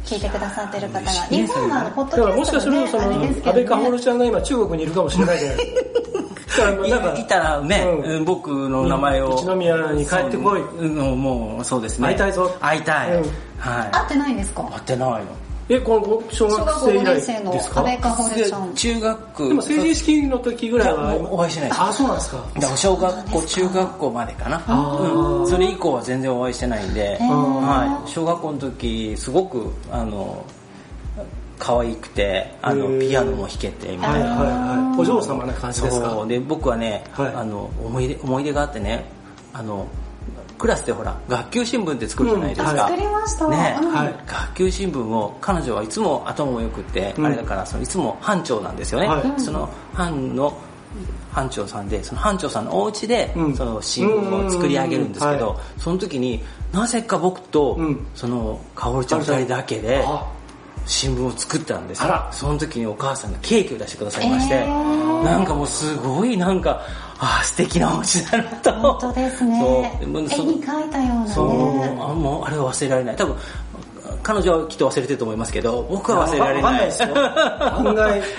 S1: 聞いてくださってる方が
S3: 嬉しい
S1: 日
S3: ね
S1: 本はあのポッ
S2: だか
S1: ド
S2: ら
S1: キ
S2: も
S1: ャ
S2: しか
S1: ス
S2: す
S1: ト
S2: る
S1: の
S2: と
S1: ね
S2: そ
S1: あ
S2: の、
S1: れです
S2: 安
S1: け
S2: 倍か
S1: ど
S2: ほ
S1: ね
S2: るちゃんが今中国にいるかもしれないじゃないですか だからなん
S3: い
S2: か
S3: いたらね、
S2: うん
S3: うん僕の名前を
S2: 一宮に帰ってこい
S3: そううんもうそうですね
S2: 会いたいぞ
S3: 会いたい、
S2: うん
S3: はい
S1: 会ってないんですか
S3: 会ってないの
S2: えこの
S1: 小
S2: 小学
S1: 学校
S2: 生以
S1: 5年
S2: 来
S1: 生の
S2: ですか
S1: 安倍
S2: で
S1: かほるちゃん
S3: 中学
S2: も成人式の時ぐらいはい
S3: やお会いしてないです
S2: あそうなんですか
S3: だから小学校中学校までかな
S2: ー
S3: うん、それ以降は全然お会いしてないんで、
S1: ー
S3: はい、小学校の時すごくあの可愛くてあ
S2: へー
S3: のピアノも弾けてみたい
S2: はい
S3: な
S2: はいはいお嬢様な感じですか
S3: そうで僕はね、
S2: はい
S3: あの思い出思い出があってねあのクラスでほら学級新聞って作るじゃないですか、
S2: うん
S1: 作りました、
S3: ね
S1: うん
S2: はい
S3: 学級新聞を彼女はいつも頭も良くって、
S2: うん
S3: あれだからそのいつも班長なんですよね、
S2: はい
S3: その班の班長さんでその班長さんのお家で、
S2: うん
S3: その新聞を作り上げるんですけ
S2: う
S3: ど、
S2: んうんうん
S3: その時になぜか僕と、
S2: うん
S3: その薫ちゃん二人だけで
S2: あ
S3: 新聞を作ったんです
S2: あら
S3: その時にお母さんがケーキを出してくださいまして、
S1: えー
S3: なんかもうすごいなんかああ素敵なお家だなと
S1: 本当ですね
S3: そ
S1: 絵
S3: うでも
S1: に
S3: その
S1: 描いたような
S3: そう、
S1: ね
S3: あもうあれは忘れられない。多分彼女はきっと忘れてると思いますけど、僕は忘れられない。
S2: いやわかん ないです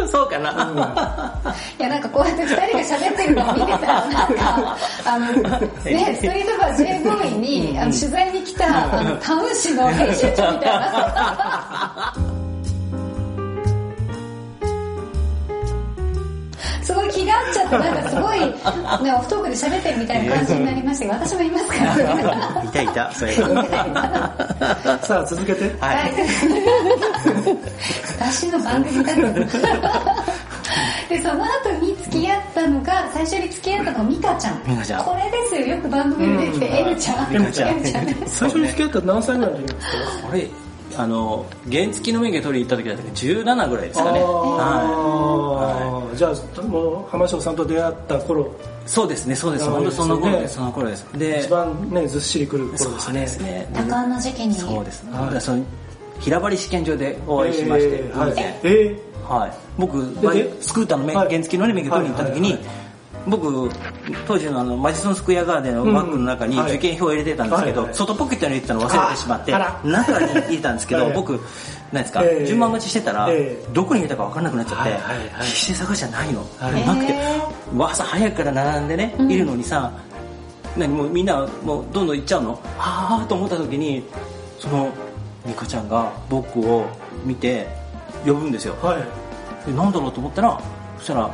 S2: よ
S3: そうかな。
S1: いやなんかこうやって2人が喋ってるのを見てたらなんかあのねストリートバー J ボーイにあの取材に来たあのタウン誌の編集長みたいなすごい気が合っちゃってなんかすごい、ね、オフトークで喋ってるみたいな感じになりましたけど私もいますからね
S3: いたいた、それが。
S2: さあ続けて
S3: は。
S1: はいい。私の番組だった。 で、その後に付き合ったのが、最初に付き合ったのがミカちゃん。
S3: ミカちゃん
S1: これですよ、よく番組で出てきて、エルちゃん。
S3: ミカちゃん
S1: エルね
S2: 最初に付き合ったの何歳ぐらいの時なんですか
S3: これ、あの、原付の免許取りに行った時だったら17ぐらいですかね。は
S2: あーじゃあもう浜翔さんと出会った頃
S3: い。そうですね、そうです。
S2: あー
S3: 本当その頃
S2: いい
S3: で、
S2: ですすね
S3: その頃です。で
S2: 一、番ねずっしりくる頃です
S3: そう
S2: ね
S3: ですね。
S1: 多感な時期に。
S3: そうですね。
S2: はい
S3: だからその平張り試験場でお会いしまして、
S2: えーはい
S3: 偶然
S2: え
S3: はい、僕
S2: で
S3: バイスクーターの免
S2: はい
S3: 原付のね免許取りに行った時に、
S2: はいはい
S3: 僕当時のあのマジソンスクエアガーデンのバッグの中に
S2: うんはい
S3: 受験票を入れてたんですけど、
S2: はいはい
S3: 外ポケットに入れてたの忘れてしまって
S2: ああら
S3: 中に入れたんですけど、
S2: はい
S3: 僕なんですか、
S2: ええ
S3: 順番待ちしてたら、
S2: ええ
S3: どこに入れたか分からなくなっちゃって、
S2: はいはいはい
S3: 必死で探しじゃないの、
S2: はい
S3: なくて、
S1: え
S3: わ朝早くから並んでね、いるのにさ何もうみんなもうどんどん行っちゃうのああと思った時にそのミカちゃんが僕を見て呼ぶんですよ。
S2: はい。
S3: えなんだろうと思ったらそしたら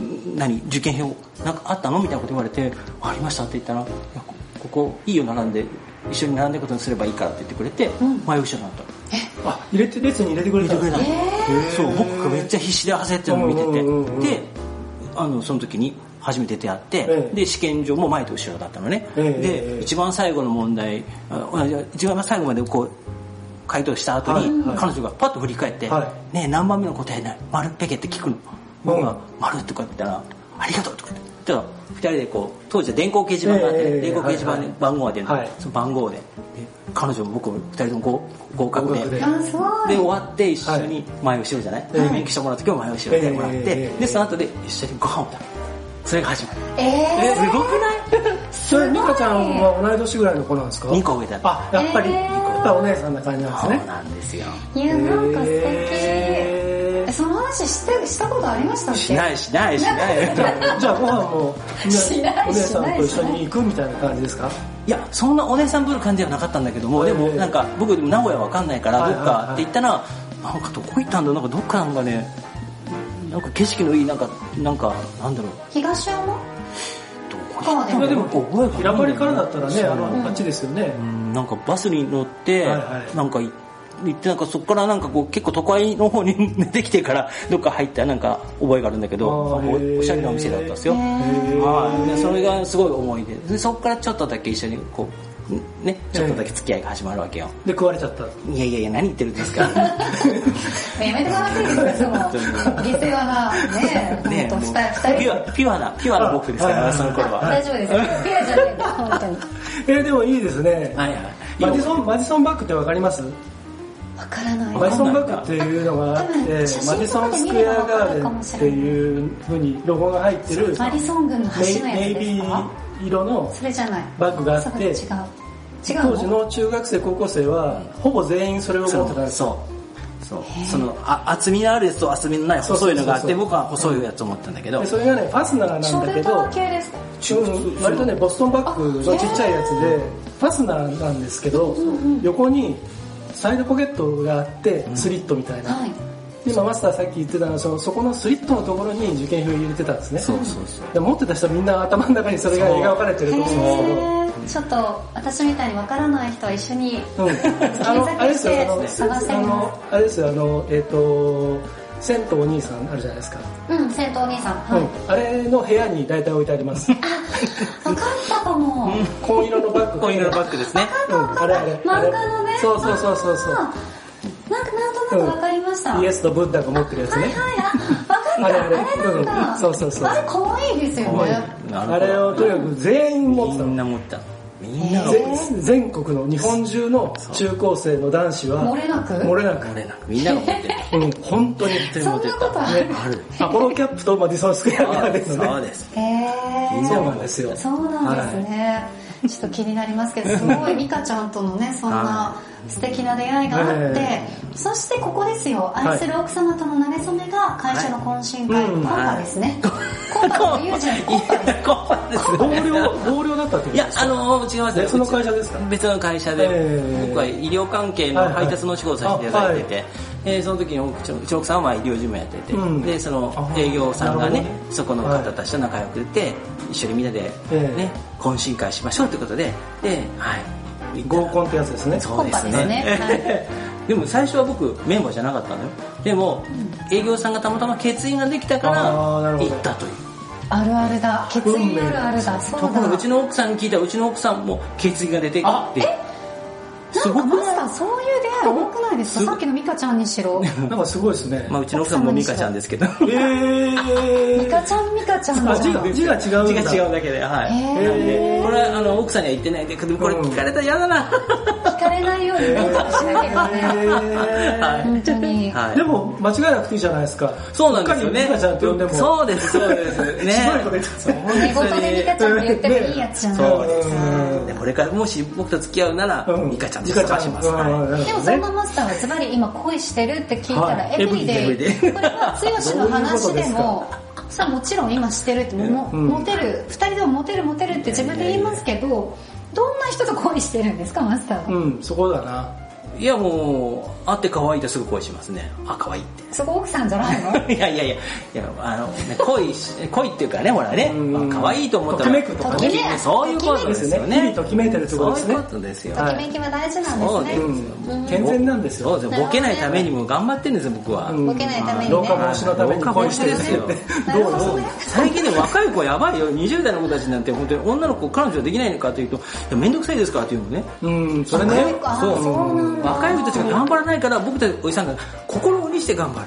S3: ん何受験票なんかあったのみたいなこと言われてありましたって言ったらいやこここいいよ並んで一緒に並んでることにすればいいからって言ってくれて、
S1: ん
S3: 前後ろになった
S2: あ、入れて、列に入れてくれ
S3: 入
S2: た
S3: れて
S2: んで
S3: くれ
S2: す
S3: た
S2: ね
S3: の、
S2: ー
S3: そう僕がめっちゃ必死で焦ってるのを見てて、
S2: うんうんうんうん
S3: であのその時に初めて出会って、
S2: ええ
S3: で試験場も前と後ろだったのね、
S2: ええええ
S3: で一番最後の問題ああいや一番最後までこう回答した後
S2: は
S3: に、
S2: いはい
S3: 彼女がパッと振り返って「
S2: は
S3: ねえ何番目の答えない丸ペケ」って聞くの僕が「丸」とか言ったら「ありがとう」とか言って。たら二人でこう当時は電光掲示板があって、
S2: ええええ
S3: 電光掲示板
S2: はい
S3: で
S2: はい
S3: 番号が出るの、
S2: はい
S3: その番号でで彼女も僕も二人とも合合格
S2: 合
S3: で
S2: 格で
S1: あーすご
S3: で
S1: い
S3: 終わって一緒に前後ろじゃない、
S2: ええ
S3: 免許してもらう時も前後ろでもらって、
S2: ええ
S3: でその後で一緒にご飯を食べるそれが始まる、
S1: え
S3: え
S1: え
S3: すごくない
S2: それ、ミカちゃんは同い年ぐらいの子なんですか
S3: 二個上だった
S2: あ、やっぱり、
S1: えー
S2: やっぱお姉さんな感じなん
S3: そう
S2: ですね。
S3: なんですよ
S1: いやなんか素敵、
S2: へー
S1: えその話してしたことありましたっけ
S3: しないしないしない
S2: じゃあご飯も
S1: しない
S2: お姉さんと
S1: し
S2: 一緒
S1: ない
S2: に行くみたいな感じですか
S3: いやそんなお姉さんぶる感じではなかったんだけども、
S2: ええ
S3: でもなんか僕でも名古屋わかんないから
S2: は
S3: ど
S2: い
S3: っ
S2: はい
S3: か
S2: はい
S3: って言ったら、なんかどこ行ったんだなんかどっかなんかねなんか景色のいいなんかなんかなんだろう
S1: 東山
S3: どこ行ったん
S1: いや
S3: だろ
S2: で
S3: う
S2: も
S3: 覚え
S2: 平
S3: がないんだよね
S2: 張りからだったらね
S3: そう
S2: あのあっちですよね
S3: うんなんかバスに乗って、
S2: はいはい
S3: なんかい行ってなんかそこからなんかこう結構都会の方に 出てきてからどっか入ったなんか覚えがあるんだけど
S2: あー
S3: なんか
S2: へー
S3: おおしゃれなお店だったんですよ、
S1: へー
S3: はい、でそれがすごい思い出でそこからちょっとだけ一緒にこうねちょっとだけ付き合いが始まるわけよ、
S2: で食われちゃった
S3: いやいやいや何言ってるんです か
S1: やめてくださいよいつも
S3: 本当に
S1: 下世話なね
S3: ね
S1: え
S3: も
S1: 本当二人
S3: うピ
S1: 二人
S3: ュアピュアなピュアな僕ですから、
S2: はい
S3: その頃は、はい
S1: 大丈夫ですよピアじゃないんだ本当に
S2: えーでもいいですね
S3: はい
S2: マディソンマディソンバッグってわかります
S1: わからない
S2: マディソンバッグっていうのがあってマ
S1: あ多
S2: デ
S1: 分
S2: ィソンスクエアガーデンっていうふうにロゴが入ってる
S1: マリソン軍の橋のやつ
S2: ネイネイ
S1: です
S2: ビ
S1: か
S2: ー色の
S1: それじゃない
S2: バッグがあっ
S1: そ
S2: て
S1: れ違う違う
S2: 当時の中学生高校生はほぼ全員それを持ってたんですよ
S3: そうそうそのあ厚みのあるやつと厚みのない
S2: そうそう
S3: 細
S2: そう
S3: い
S2: そう
S3: のがあって僕は細いやつを持ってたんだけど
S2: でそれがねファスナー
S1: シ
S2: な
S1: ョ
S2: んだ
S1: ル
S2: け
S1: ダ
S2: ど
S1: ー系ですか
S2: うん割とねボストンバッグのちっちゃいやつでファスナーなんですけど横にサイドポケットがあってスリットみたいな、
S1: はい
S2: 今マスターさっき言ってたのはそのそこのスリットのところに受験票入れてたんですね
S3: そうそうそう
S2: で持ってた人はみんな頭の中にそれが描かれてる
S1: へ
S2: と思うんで
S1: ーちょっと私みたいにわからない人は一緒に
S2: すけど、うん、あのあれですよあの
S1: 探せます
S2: あのあれですよあのえっ、と銭湯お兄さんあるじゃないですか、
S1: うん戦闘お兄さんはい
S2: うん、あれの部屋に大体置いてあります
S1: わかったかも
S2: 紺色のバッグ
S3: 紺色のバッグですね
S2: うん、あれあれ。
S1: 漫画のね
S2: そうそうそうそうそう。
S1: あなんかなんとなくわかりました
S2: イエスとブッダが持ってるやつ
S1: はい
S2: ね。
S1: はい、あ、わかった、あれなんだ。
S2: そうそうそう
S1: あれ可愛いですよ
S3: 可愛い
S1: ね。
S3: なるほど
S2: あれをとにかく全員持ってた
S3: み
S2: の。
S3: んな持ったみんなが持って
S2: 全全国の日本中の中高生の男子は
S1: 漏れなく
S2: 漏れな
S3: た
S2: く、
S3: 俺なんかみんなが持ってた
S2: うん、本当に
S3: 全
S1: そ
S3: 部
S1: ん
S3: 出
S1: なこと
S3: た
S1: ある。
S3: ある
S2: アポロキャップとマディソンスクエア
S3: あ
S2: ガー
S3: る
S2: デンですね
S3: そうです
S1: へ
S3: み
S1: え
S2: そうなんですよ
S1: ー。そうなんですね。ちょっと気になりますけど、すごいミカちゃんとのね、そんな
S3: は
S1: 素敵な出会いがあっ
S2: は
S1: て、そしてここですよ、
S2: い
S1: 愛する奥様との馴れ初めが会社の懇親会、
S2: はいうん
S1: コンパですね。コンパの友人、コンパです。
S3: です
S2: 同僚、同僚だったってこと
S3: いや、あの違いますよ
S2: 別の会社ですか
S3: 別の会社で、
S2: ええ
S3: 僕は医療関係の配達のお仕事をさせていただいてて、えーその時に奥ちょ一応奥さんは医療事務やってて、
S2: うん
S3: で、その
S2: あ
S3: 営業さんが
S2: な
S3: ね
S2: るほど、
S3: そこの方たちと仲良くて、一緒にみんなで、ね
S2: ええ
S3: 懇親会しましょうということで、で、はい。
S2: 合コンってやつですね。
S3: そうです
S1: コンパです
S3: ね。
S1: ねは
S3: でも最初は僕メンバーじゃなかったのよ。でも、営業さんがたまたま欠員ができたから
S2: あーなるほ
S3: 行
S2: ど
S3: ったという。
S1: あるあるだ、決意あるあるだ、そ
S3: と
S1: う
S3: ころ
S1: だ。
S3: がうちの奥さんに聞いたらうちの奥さんも決意が出てき
S2: あ
S3: て。すご
S1: なんか
S3: く
S1: マ
S3: ない
S1: スター、そういう出会い多くないですかさっきのミカちゃんにしろ。
S2: なんかすごいですね
S3: ま。あ、うちの奥さんもミカちゃんですけど。
S2: えー
S1: ミカちゃん、ミカちゃん
S2: あ字
S1: じゃ
S2: が
S1: ん。
S2: 字が違うん
S3: 字
S2: だ。
S3: が違うだけで、はい。
S1: へー
S3: なんで、これはあの奥さんには言ってないんで、でもこれ聞かれたら嫌だな。
S1: 聞かれないようにしなきゃいけない。
S2: え
S1: 本当に。
S2: ー
S3: はい
S2: で。も間違いなくていいじゃないですか。
S3: そうなんですよね。
S2: うっかりミカちゃんって呼んでも。
S3: そうです、そうです。ね。
S2: すごいこと言ってた
S3: そう本
S1: 寝
S3: 当に
S1: 言でミカちゃんって言ってもいいやつじゃない
S3: そう
S1: で
S3: ですす
S2: うん
S3: でこれからもし僕と付き合うなら、
S2: うん
S3: ミカちゃんと探します。
S2: ミカちゃん
S3: はい
S2: うん
S1: でもそんなマスターはズバリ今恋してるって聞いたら、
S2: は
S1: エブリ
S3: エブリ
S1: デ
S3: デ
S1: イ。
S3: イ
S1: これは剛の話でも、さあもちろん今してるっても、も
S2: うん
S1: モテる、二人でもモテるモテるって自分で言いますけど、どんな人と恋してるんですか、マスターは。
S2: うん、そこだな。
S3: いやもう、会って可愛いとすぐ恋しますね。あ、可愛いっ
S1: そこ奥さんじゃないの
S3: て。いやいやいや、いやあの、ね、恋し、 恋っていうかね、ほらね、
S2: うん
S3: まあ可愛いと思った
S2: と
S3: ら。
S2: きめくとかね
S3: ときめくそういうことですよね。
S2: 日々ときめいてるってことですね
S3: そういうことですよ。
S2: は
S1: ときめきは大事な
S3: そ
S1: ん
S3: う
S1: で
S3: ですす
S1: ね
S2: う
S3: よ。
S2: ん健全なんです
S3: そ
S2: よ
S3: う。ですよ。ボケないためにも頑張ってるんですよ、僕は。
S2: うん
S1: ボケないためにね
S2: 老化防止のために
S3: 老化防止です よ
S2: 恋してる
S1: なる
S2: どう
S1: ほ
S2: ど
S1: ど
S2: う
S1: ね。
S3: 最近ね、若い子やばいよ。20代の子たちなんて、本当に女の子、彼女できないのかというと、いや、めんどくさいですからっていうのね。
S2: うん、それね。
S1: あそうそうなんだ
S3: 若い子たちが頑張らないから、僕たちおじさんが心を鬼して頑張る。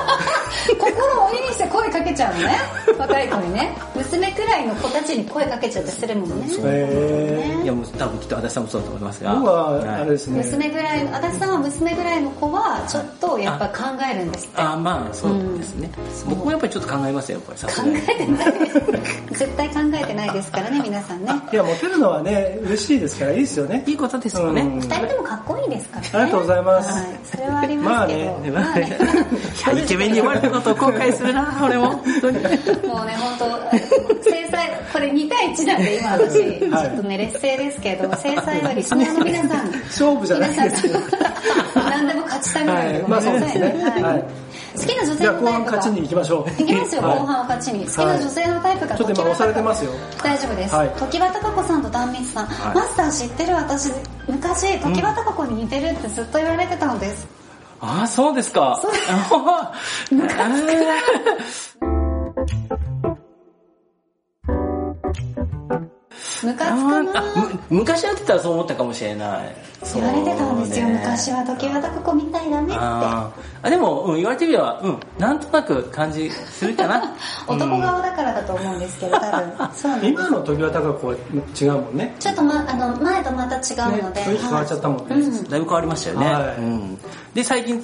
S1: 心を鬼にして声かけちゃうのね。若い子にね。娘くらいの子たちに声かけちゃってするもんね。
S2: え
S3: いや、もう多分きっと足立さんもそうだと思います
S2: ー
S3: が。
S2: 僕は、あれ
S3: い
S2: ですね。
S1: 娘ぐらい、足立さんは娘ぐらいの子は、ちょっとやっぱ考えるんですって。
S3: あまあそうですね、僕もやっぱりちょっと考えますよやっぱりさす
S1: 考
S3: がに
S1: えて ない。絶対考えてないですからね、皆さんね。
S2: いや、モテるのはね、嬉しいですから、いいですよね
S3: い。いことですよね、
S2: う
S1: 二
S2: ん
S1: 人ともかっこいいですからね。
S2: ありがとうございます
S1: はい、それはありますけど。
S3: まあねいやイケメンに言われたことを後悔する な俺も本当に
S1: もうね、本当制裁、これ2対1なんで、今私、ちょっとね、劣勢ですけど、制裁はリスナーの皆さん、
S2: 勝負じゃないですけど。
S1: 何でも勝ちたいぐらいでごめんなさいね。
S2: はいまあそうですね
S1: は
S2: はいい
S1: 好きな女
S2: じ
S1: 性
S2: ゃあ、
S1: の
S2: 後
S1: タイ
S2: 半
S1: プ
S2: 勝ちに
S1: が。
S2: 行きましょう。
S1: いきますよ、後
S2: はい
S1: 半は勝ちに。好きな女性のタイプが
S2: ちょっと今押されてますよ。
S1: 大丈夫です。
S2: はい
S1: 時盤貴子さんと壇蜜さん、
S3: はい
S1: マスター知ってる私、昔、時盤貴子に似てるってずっと言われてたんです。
S3: ああそうですか
S1: そう
S3: あー
S1: ムカつくなぁ
S3: あむ昔やってたらそう思ったかもしれないそう
S1: 言われてたんですよ、
S3: ね
S1: 昔は時盤貴子みたいだねって。
S3: あーあでも、うん、言われてみれば、うん、なんとなく感じするか な
S1: 男顔だからだと思うんですけど、多分。 そうなんです
S2: 今の時は高子は違うもんね。
S1: ちょっと、ま、あの前とまた違うので、
S2: ね雰囲気変わっちゃったもんね
S1: はいうん
S3: だいぶ変わりましたよね、
S2: はい
S3: うん、で最近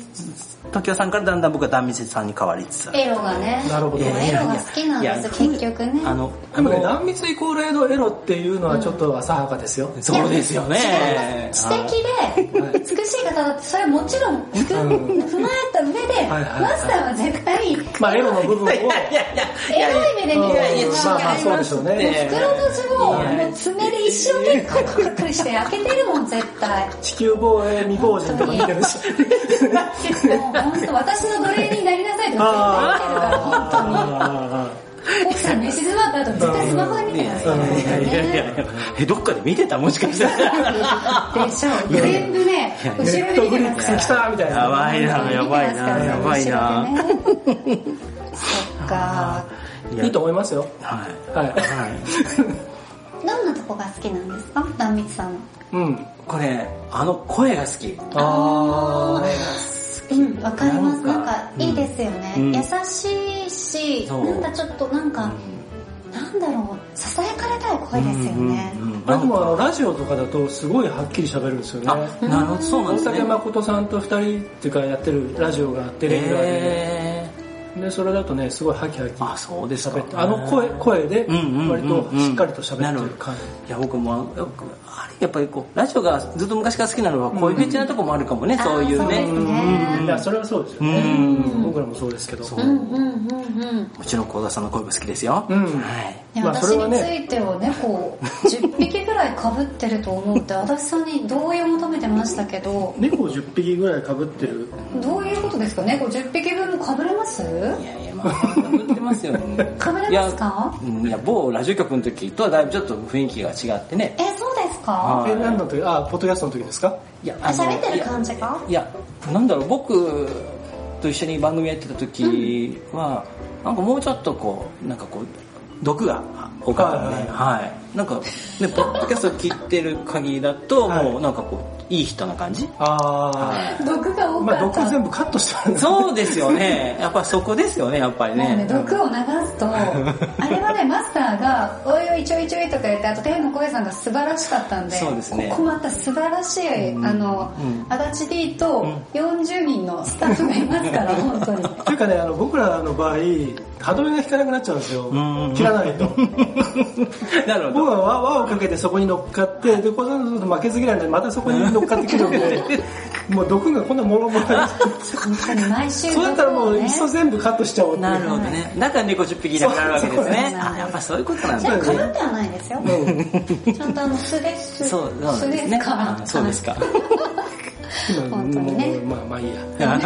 S3: 時生さんからだんだん僕は壇蜜さんに変わりつつある
S1: エロがね
S2: なるほど
S1: エロ
S2: いやいや
S1: が好きなんです
S3: いや
S1: 結局ね
S3: あの
S2: でもね、
S3: あの
S2: 断密イコールエロエロっていうのはちょっと浅はかですよ。
S3: そうですよね
S1: いや違います知的で美しい方だってそれはもちろん含
S2: うん
S1: 踏まえた上で
S2: はいはい
S1: マスターは絶対
S2: まあ、エロの部分を。
S3: いやいやいや
S1: エロい目で見
S2: うん
S1: てない
S3: やいや
S2: まあまあ、
S3: 違い
S2: そう
S3: ま
S2: ですしょうね。
S1: 袋の字を
S3: いや
S1: もう爪で一生懸命くるくるして開けてるもん絶対
S2: 地球防衛未亡人とか見てる し。
S1: もう本当私の奴隷になりなさいとか絶対言ってるから本当に
S2: あ
S1: 奥さん飯座った後絶対スマホに見てない
S3: いやいやいやいやえどっかで見てたもしかしたら
S1: でしょう全部ね
S3: いや
S1: 後ろで見てますから
S2: 来たみたいな
S3: やばいなやばいなやばいな、
S1: 見てますからね後ろでねそっか
S3: い
S2: あ、
S3: や
S2: いいと思いますよ。
S3: はい
S2: はい。
S1: どんなとこが好きなんですか壇蜜さんは
S2: うん。
S3: これあの声が好き
S2: あ
S1: うんわかりますな
S3: なんんか
S1: かいいですよね、
S3: うん
S1: 優しいし
S3: そう
S1: なんかちょっとなんか、なんだろうささやかれたい声ですよね、
S3: うんうん
S2: あ。でもあの、ラジオとかだとすごいはっきり喋るんですよね。
S3: あなるほどそうなん
S2: 大
S3: ですね
S2: 竹誠さんと二人っていうかやってるラジオがあってレギュラーで、
S3: え
S2: でそれだとねすごいハキハキ
S3: ー、あそうですか
S2: 喋ってあの声声で
S3: うんうんうんうん
S2: 割としっかりと喋ってる感じ、
S3: いや僕もよくあれやっぱりこうラジオがずっと昔から好きなのはこういうフェチなとこもあるかもね、そういう
S1: あー
S3: ね
S1: そうですね
S3: うん
S2: いやそれはそうですよ
S3: う
S2: ね、
S3: ん
S2: 僕らもそうですけど
S3: そう
S1: うんうんうんうん
S3: もちろん幸田さんの声も好きですよ、
S2: うん
S3: はい
S1: いや
S2: まあ
S1: 私
S2: それは
S1: につ
S2: ね
S1: いてはねこう10匹ぐらいかぶってると思う って足立さんに同意を求めてましたけど
S2: 猫10匹ぐらいかぶってる
S1: どういうことですかねこう10匹分もかぶれます
S3: いやいや、まあ、被って ますよ、ね。
S1: 被れま
S3: いや
S1: すか
S3: うんいや、某ラジオ局の時とはだいぶちょっと雰囲気が違ってね。
S1: えそうですか
S3: は
S2: え何の時あポッドキャストの時ですか
S3: いや、
S1: あ
S3: の
S1: 喋ってる感じか
S3: いや、いやなんだろう、僕と一緒に番組やってた時は、なんかもうちょっとこう、なんかこう、毒が多かったので、ね、はい。なんか、ね、ポッドキャスト聞いてる限りだと、
S2: はい
S3: もうなんかこう、いい人な感じ
S2: あ
S1: 毒が
S2: あ
S1: 多
S2: まあ
S1: かっ
S2: 毒
S1: た、
S2: 全部カットしたんです
S3: そうですよね。やっぱそこですよね、やっぱり
S1: もうね
S3: ね。
S1: 毒を流す とあれはねマスターが「おいおいちょいちょい」とか言ってあと天の声さんが素晴らしかったんで
S3: そうですね
S1: ここまた素晴らしい、あの、
S3: うん
S1: 足立 D と40人のスタッフがいます から、本当に。
S2: というかねあの僕らの場合歯止めが引かなくなっちゃうんですよ
S3: ん
S2: 切らないと
S3: なるほ
S2: 僕は
S3: ど。
S2: 輪輪をかけてそこに乗っかってでこうなると負けず嫌いなんでまたそこに乗っかってくるのでもう毒がこんなもろもろ
S1: 本当に毎週
S2: そうだったらもういっそ
S1: ね
S2: 全部カットしちゃおうっていう
S3: なるほどね。だから猫10匹いなくなるわけですね。
S1: そう
S3: あ、やっぱそういうことなん
S1: じゃ
S3: だ
S1: あ
S2: そう
S1: 絡んではないですよちゃんとあの素です
S3: そう、そうな
S1: 素
S3: んで
S1: ですす
S3: ね。
S1: から
S3: あそ うですか。
S2: うん
S1: 本当にね
S2: もうまあまあいいや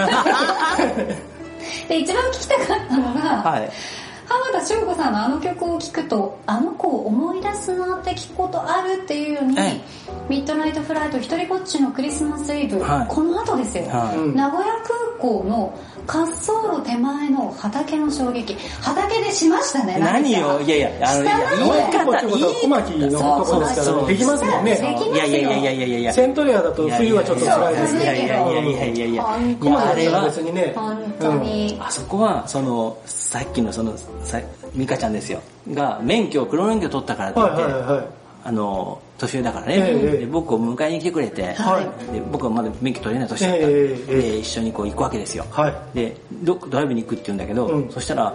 S1: で一番聞きたかったのが、
S3: はい。
S1: 浜田省吾さんのあの曲を聴くとあの子を思い出すなって聞くことあるっていうように、
S3: え
S1: ミッドナイトフライト一人ぼっちのクリスマスイブ、
S3: はい
S1: この後ですよ、
S3: はい
S2: うん
S1: 名古屋空港の滑走路手前の畑の衝撃畑でしましたね
S3: 何を、いやいや、あの、いや、
S1: 汚い
S3: 言い方、
S2: ってことは小牧のとこですからできますもん
S1: できま
S2: ね
S1: すよ
S3: いやいやいやいやいやいやいや。
S2: セントレアだと冬はちょっと辛いです
S3: い
S2: け
S3: や
S2: ど
S3: いやいやいやいやいや。
S1: 本
S2: 小牧
S3: あ
S2: の
S3: れ
S2: 人は
S3: は
S2: 別、にね
S1: 本当に、
S3: あそこは、その、さっきのその、さ、ミカちゃんですよ。が、免許、黒免許取ったからって
S2: うん
S3: 言
S2: はい
S3: って、
S2: はいは
S3: あの、年上だからね、
S2: ええ
S3: で僕を迎えに来てくれて、
S2: はい
S3: で僕はまだ免許取れない年だったんで、
S2: ええええ
S3: で一緒にこう行くわけですよ。
S2: いは
S3: でどドライブに行くって言うんだけど、
S2: うん
S3: そしたら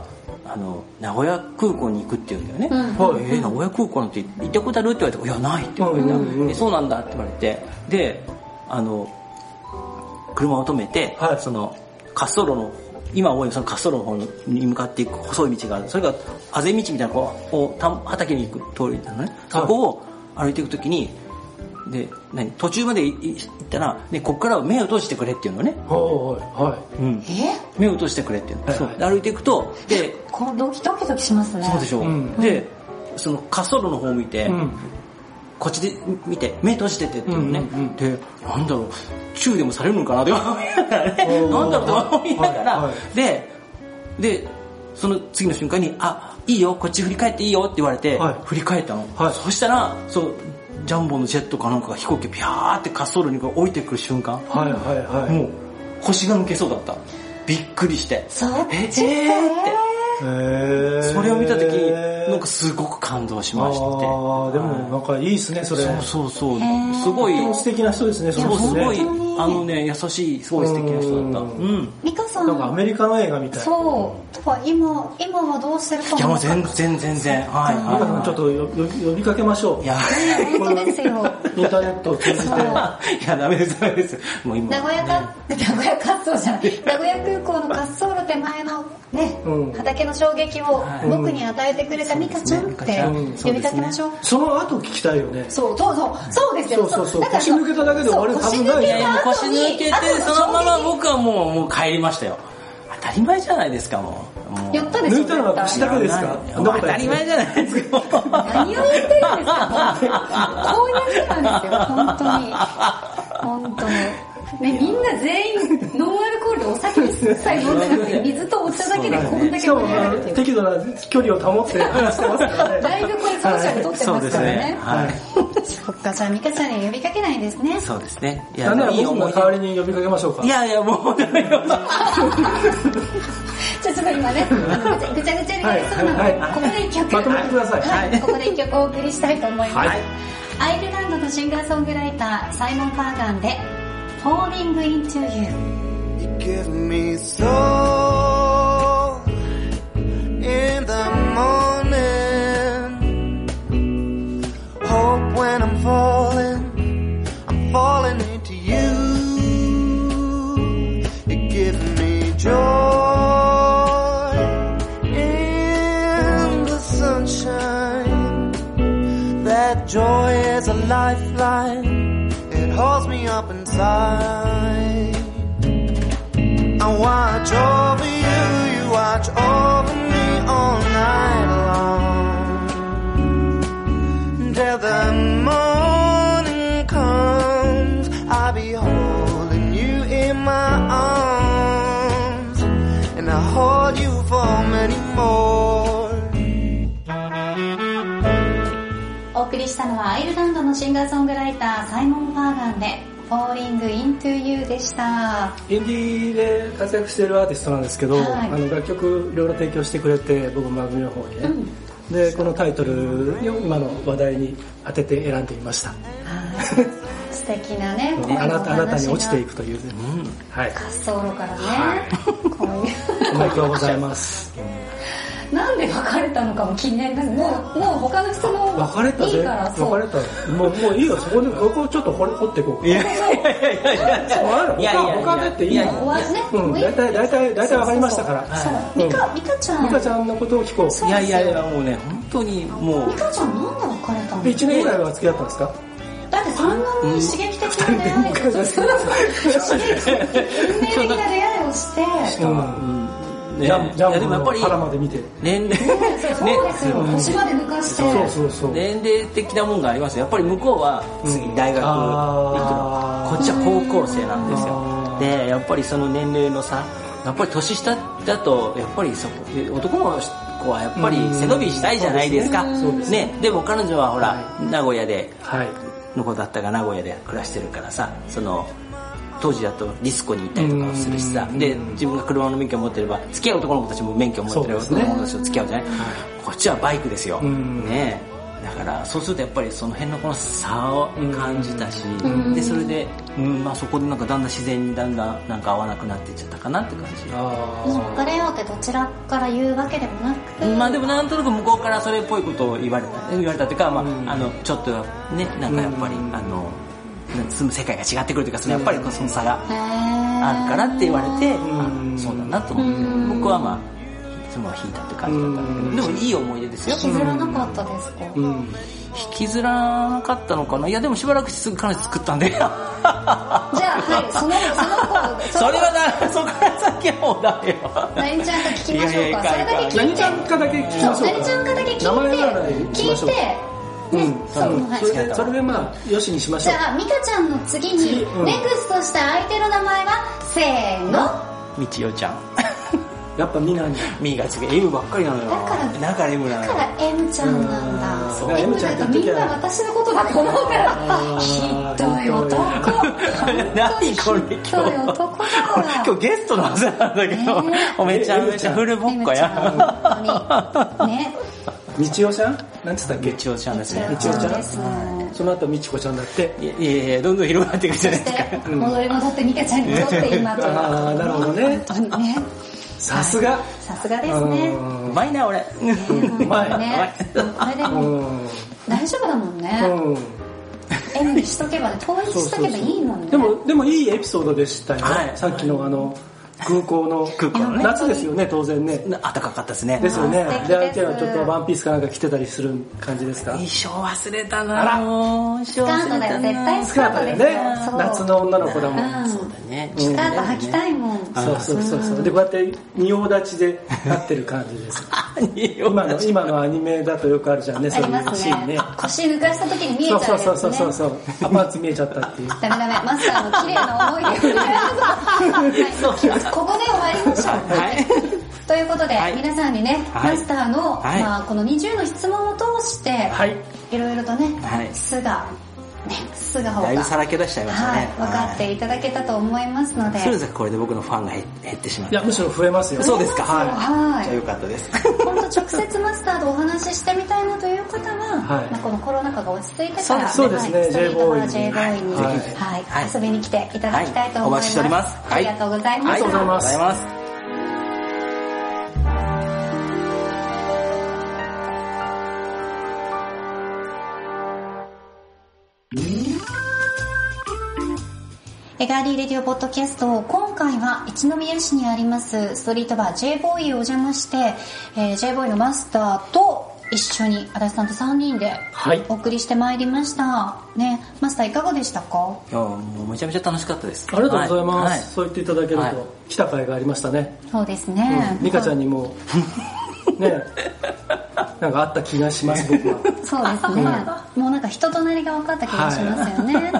S3: あの名古屋空港に行くって言うんだよね、
S2: うんはい
S3: えー名古屋空港なんて行ったことあるって言われて「いやない」って言われて、
S2: うんうんうん
S3: えそうなんだ」って言われてであの車を止めて、
S2: はい
S3: その滑走路の今思いその滑走路の方に向かっていく細い道があるそれがあぜ道みたいなこうこう田ん畑に行く通りなの
S2: は
S3: ね、
S2: い
S3: そこを歩いていくときにで何途中までいい行ったら、ね、こっからは目を閉じてくれっていうのね、
S2: いはいはい
S3: うん、
S1: え
S3: 目を落としてくれっていう
S2: は
S3: の
S2: い
S3: そう歩いていくとで
S1: このドキドキドキしますね
S3: そうでしょう、
S2: うん
S3: でその滑走路の方を見て、
S2: うん
S3: こっちで見て目閉じててっていうのね、
S2: うんうんうん
S3: でなんだろう注意でもされるのか なって思いながらね
S2: おー
S3: なんだろうと思いながら、
S2: はいは
S3: ででその次の瞬間に「あいいよこっち振り返っていいよ」って言われて、
S2: はい
S3: 振り返ったの、
S2: はい
S3: そしたらそうジャンボのジェットかなんかが飛行機をピャーって滑走路にこう降りてくる瞬間、
S2: はいはいはい
S3: もう腰が抜けそうだったびっくりして
S1: そっ
S3: え
S1: ちか
S3: えーって
S2: へー
S3: それを見た時になんかすごく感動しまして
S2: ああでもなんかいいですねそれ
S3: そうそうそう
S1: へー
S3: すごい
S2: とても素敵な人ですねそ
S3: そ
S2: の
S3: うす
S2: 人ね
S3: ごい
S1: 本当に
S3: あのね優しいすごい素敵な人だった
S2: う
S3: うんん、
S1: 美香さん
S2: なんかアメリカの映画みたい
S1: そうとは今今はどうしてるか
S3: いやもう全然全然はい
S2: 美香
S3: はい、
S2: さ
S3: は
S2: ん
S3: い、
S2: ちょっとよよ呼びかけましょう
S3: いや
S1: 本当ですよ
S2: インターネットを通じて
S1: そう
S3: いやダメですダメですもう今
S1: 名古屋か、名古屋滑走じゃない名古屋空港の滑走路手前のね、
S2: うん
S1: 畑の衝撃を
S3: はい
S1: 僕に与えてくれた美香ちゃんっ
S3: そうですね美香ち
S1: て
S3: ゃ
S2: ん
S1: 呼びかけましょう。
S2: その後聞きたいよね
S1: そうそうそうそうですよ
S2: そうそうそう
S1: だから
S2: 腰抜けただけで終わる
S1: そう
S2: 危ない
S1: 腰抜
S2: ね
S1: け
S3: ね
S1: た
S3: もう腰
S1: 後に
S3: 抜けて
S1: 後
S3: そのまま
S1: 衝撃
S3: 僕はもうもう帰りましたよ当たり前じゃないですかもうもう
S1: やったでしょ
S2: 抜いたのは腰だけです
S3: いや
S2: か
S3: もう当たり前じゃないですかもう
S1: 何を言ってるんですかこういう人なんですよ本当に本当にね、みんな全員ノンアルコールでお酒にさえ飲んでなくて水とお茶だけでこんだ
S2: し
S1: け盛
S2: かも
S1: り上がるっていう
S2: 適度な距離を保って話してますからね
S1: だいぶこれソーシャル取って
S3: そ
S1: ま
S3: うですす
S1: から
S3: ね
S1: ね。
S3: はい
S1: そっか、じゃあ美香ちゃんに呼びかけないんですね。
S3: そうですね。い
S2: なんなら
S3: いい
S2: 僕
S3: 思
S2: の
S3: い
S2: 代わりに呼びかけましょうか
S3: 出いやいや、もう ダメよ。
S1: じゃあちょっと今ね、ぐちゃぐちゃになりそうなの
S2: はい
S1: で
S2: はいはい、
S1: ここで一曲。
S2: まとめてください
S1: は、
S2: はい
S1: ここで一曲お送りしたいと思います。
S2: はい
S1: アイルランドのシンガーソングライター、サイモン・パーガンで、Falling Into You。
S4: You give me soul in the morning. Hope when I'm falling, I'm falling into you. You give me joy in the sunshine. That joy is a lifeline. It holds me up inside. I watch over you, you watch over me all night long. Till the morning comes, I'll be holding you in my arms, and I'll hold you for many more.
S1: お送りしたのはアイルランドのシンガーソングライター、サイモン・パーガンで、Falling Into You でした。
S2: インディーで活躍しているアーティストなんですけど、
S1: はい
S2: あの楽曲いろいろ提供してくれて僕も番組の方にね、でこのタイトルを今の話題に当てて選んでみました
S1: はい素敵な ね、
S2: あ
S1: 恋のお話
S2: なた
S1: が
S2: あなたに落ちていくという、はい
S1: 滑走路からね、こういう。
S2: おめでとうございます
S1: なんで別れたのかも気になりますもうもう他の質問
S2: 別れた
S1: いい
S2: ぜ
S1: からそう
S2: 別れたもうもういいよそこでここちょっと掘り掘っていこう
S3: いやいやいやいや
S2: そうある
S3: いやいやいや
S2: 他他でっていい
S3: いやい
S1: 終
S2: の
S1: わるね、
S2: うん
S1: もいい
S2: 大体大体大体わかりましたから
S1: そう
S2: はい
S1: そうそうそう
S2: うん
S1: ミカミカちゃん
S2: 美香ちゃんのことを聞こう
S1: そう
S3: い
S1: で
S3: や
S1: すよ
S3: いやいやもうね本当にもう
S1: ミカちゃんなんで別れたの
S2: で1年ぐらいは付き合ったんですか
S1: だってそんなに刺激的な出会いをして、運命的な出会いをして、
S3: うんね
S2: ジャン
S3: い
S2: ジャ
S3: や
S2: ン
S3: で
S2: プ
S3: もやっぱ
S2: の
S3: り
S2: 腹まで見て
S3: 年 齢
S1: そうですよ、腰まで抜かして、
S2: そうそうそう
S3: 年齢的なもんがありますよやっぱり向こうは次大学行く
S2: あー
S3: のこっちは高校生なんです
S2: あ
S3: よ
S2: ー
S3: でやっぱりその年齢の差やっぱり年下だとやっぱりそこで男の子はやっぱり背伸びしたいじゃないですか
S2: うんそうですね
S3: ねでも彼女はほら
S2: は
S3: 名古屋で
S2: はい
S3: の子だったが名古屋で暮らしてるからさその当時だとディスコに行ったりとかをするしさ
S2: うん
S3: で自分が車の免許を持ってれば付き合う男の子たちも免許を持ってる
S2: そうですね
S3: 男の子たちと付き合うじゃない、こっちはバイクですよ、
S2: うん
S3: ねえだからそうするとやっぱりその辺のこの差を感じたし、
S1: ん
S3: でそれで、うんまあ、そこでなんかだんだん自然にだんだんなんか合わなくなっていっちゃったかなって感じ
S2: あ
S1: もう別れようってどちらから言うわけでもなく、
S3: まあでもなんとなく向こうからそれっぽいことを言われた言われたというか、まああのちょっとねなんかやっぱり、
S2: うん
S3: あの住む世界が違ってくるというかそのやっぱりこうその差が
S1: へー
S3: あるからって言われて、
S2: うん
S3: あそうだなと思って、
S1: うん
S3: 僕はまあその引いたって感じだったんだけど、でもいい思い出ですよ、
S1: 引きずらなかったですか、
S2: ーうん
S3: 引きずらなかったのかないやでもしばらくしてすぐ彼女作っ たんで
S1: じゃあ、はい、その、 その子、
S3: それはなそこから先はもうダメよ
S1: なにちゃんと聞きましょう
S3: いやいや
S1: か。それだけ聞い
S2: 何
S1: て
S2: ちゃん、かだけ聞きま
S1: そう、
S2: しょ
S1: な
S2: うか
S1: にちゃんかだけ聞いて
S2: 名前なら、
S1: 聞いて、
S2: うん
S1: そうはい
S2: それでそれでまあよしにしまし
S1: じ
S2: ょう
S1: ゃあ、ミカちゃんの次に、
S2: うん
S1: ネクストした相手の名前は、せーの。
S3: みちよちゃん
S2: やっぱみんなに
S3: みーが次 M ばっかりなのよ
S1: だから
S3: だから M なの
S1: だ
S3: よ
S1: から M ちゃんなんだ。
S2: そうだから
S1: M
S2: M
S1: ち
S2: ち
S1: ゃ
S2: ゃ
S1: ん
S2: ん
S1: だ
S2: だ
S1: と
S2: と
S1: みんな私のことだと思うから
S2: あ、
S1: ひ
S2: ー
S1: どい男。
S3: 何これ
S1: ひどい
S3: 今日
S1: 男だ
S3: 今
S1: わ。
S3: 日ゲストのはずなんだけど、
S1: ね
S3: めちゃめちゃフルボッコや。
S1: M ちゃん本当に。ね。
S2: みちおちゃんなんつったっけ
S3: みちおちゃんですね。
S1: み
S2: ちおちゃん
S1: です。
S2: その後みちこちゃんだって
S3: いやいやいや、どんどん広がっていくじゃ
S1: そ
S3: ない
S1: し
S3: ですか。
S1: て、戻り戻ってミカちゃんに戻って今ということで
S2: ああなるほどね
S1: 本当にね。
S2: さすが
S1: さすがですね。
S3: うまいな、俺。
S1: う
S3: う
S1: ま
S3: ま
S1: い
S3: い。
S1: ね。これで
S2: う
S1: もうん大丈夫だもんね。
S2: うん
S1: M にしとけばね、統一しとけばいいもんね。
S2: でもでもいいエピソードでしたよ
S3: はい
S2: さっきのあの空港の
S3: 空港のね
S2: 夏ですよね当然ね
S3: 暖かかったですね。
S2: ですよね
S1: あー素敵で
S2: で相
S1: す
S2: 手はちょっとワンピースかなんか着てたりする感じですか
S3: 衣装忘れた
S2: あ
S3: な。
S2: ら
S3: 衣装
S1: スカー
S3: 忘
S1: ト
S3: れ
S1: だよ、
S3: た
S1: 絶対
S3: な。
S1: ス
S2: ス
S1: カ
S2: カ
S1: ート
S2: ー
S1: で
S2: ト
S1: すよ
S2: だよね。
S1: そう
S2: 夏の女の子だもん
S1: うん
S3: そうだね。
S1: スカート履きたいもん。
S2: そうそうそうそうでこうやって仁王立ちで立ってる感じです 今の今のアニメだとよくあるじゃんね
S1: あ
S2: そうい
S1: り
S2: う
S1: ます
S2: シーンね
S1: ね。腰抜かした時に見えち
S2: そう
S1: ゃ
S2: そううそ
S1: や
S2: う
S1: つ
S2: そうそう
S1: ね。
S2: そうアパーツ見えちゃったっていう
S1: ダメダメ、マスターの綺麗な思い出をねはいここで終わりましょう。
S3: はい。
S1: ということで、
S3: はい
S1: 皆さんにね、
S3: はい
S1: マスターの、
S3: はい
S1: まあ、この20の質問を通して、
S2: はい
S1: いろいろとね、
S3: はい
S1: 素が、ね、素顔が、
S3: だいぶさらけ出しちゃいました
S1: はい
S3: ね。、
S1: 分かっていただけたと思いますので、
S3: はい。それぞれこれで僕のファンが減減ってしまっ
S2: いや
S3: た。
S2: むしろ増えますよ
S3: そうですか。
S1: はいはい
S3: じゃあよかったです。
S1: 本当直接マスターとお話ししてみたいなという方は、
S2: はい
S1: まあ、このコロナ禍が落ち着いてから、
S2: そうですそうです
S1: はいス
S2: ね
S1: トリートバー
S2: J ボ
S1: J ボーイに、
S2: はい
S1: はい
S3: はい
S1: 遊びに来ていただきたいと思います。
S3: お待ちしております。
S1: ありがとうございま
S3: は
S1: した。
S3: ありがとうございます。
S1: エガーリーレディオポッドキャスト、今回は一宮市にありますストリートバー j ボーイをお邪魔して、えー、j ボーイのマスターと一緒に足立さんと3人で
S2: はい
S1: お送りしてまいりました。ね、マスターいかがでしたか
S3: いやもうめちゃめちゃ楽しかったです。
S2: ありがとうございます、
S3: はい
S2: そう言っていただけると、
S3: はい
S2: 来た甲斐がありましたね、
S1: そうです
S2: うん
S1: ね。
S2: 美香ちゃんに もねなんかあった気がします僕は
S1: そうですね。もうなんか人となりが分かった気がし ますよね。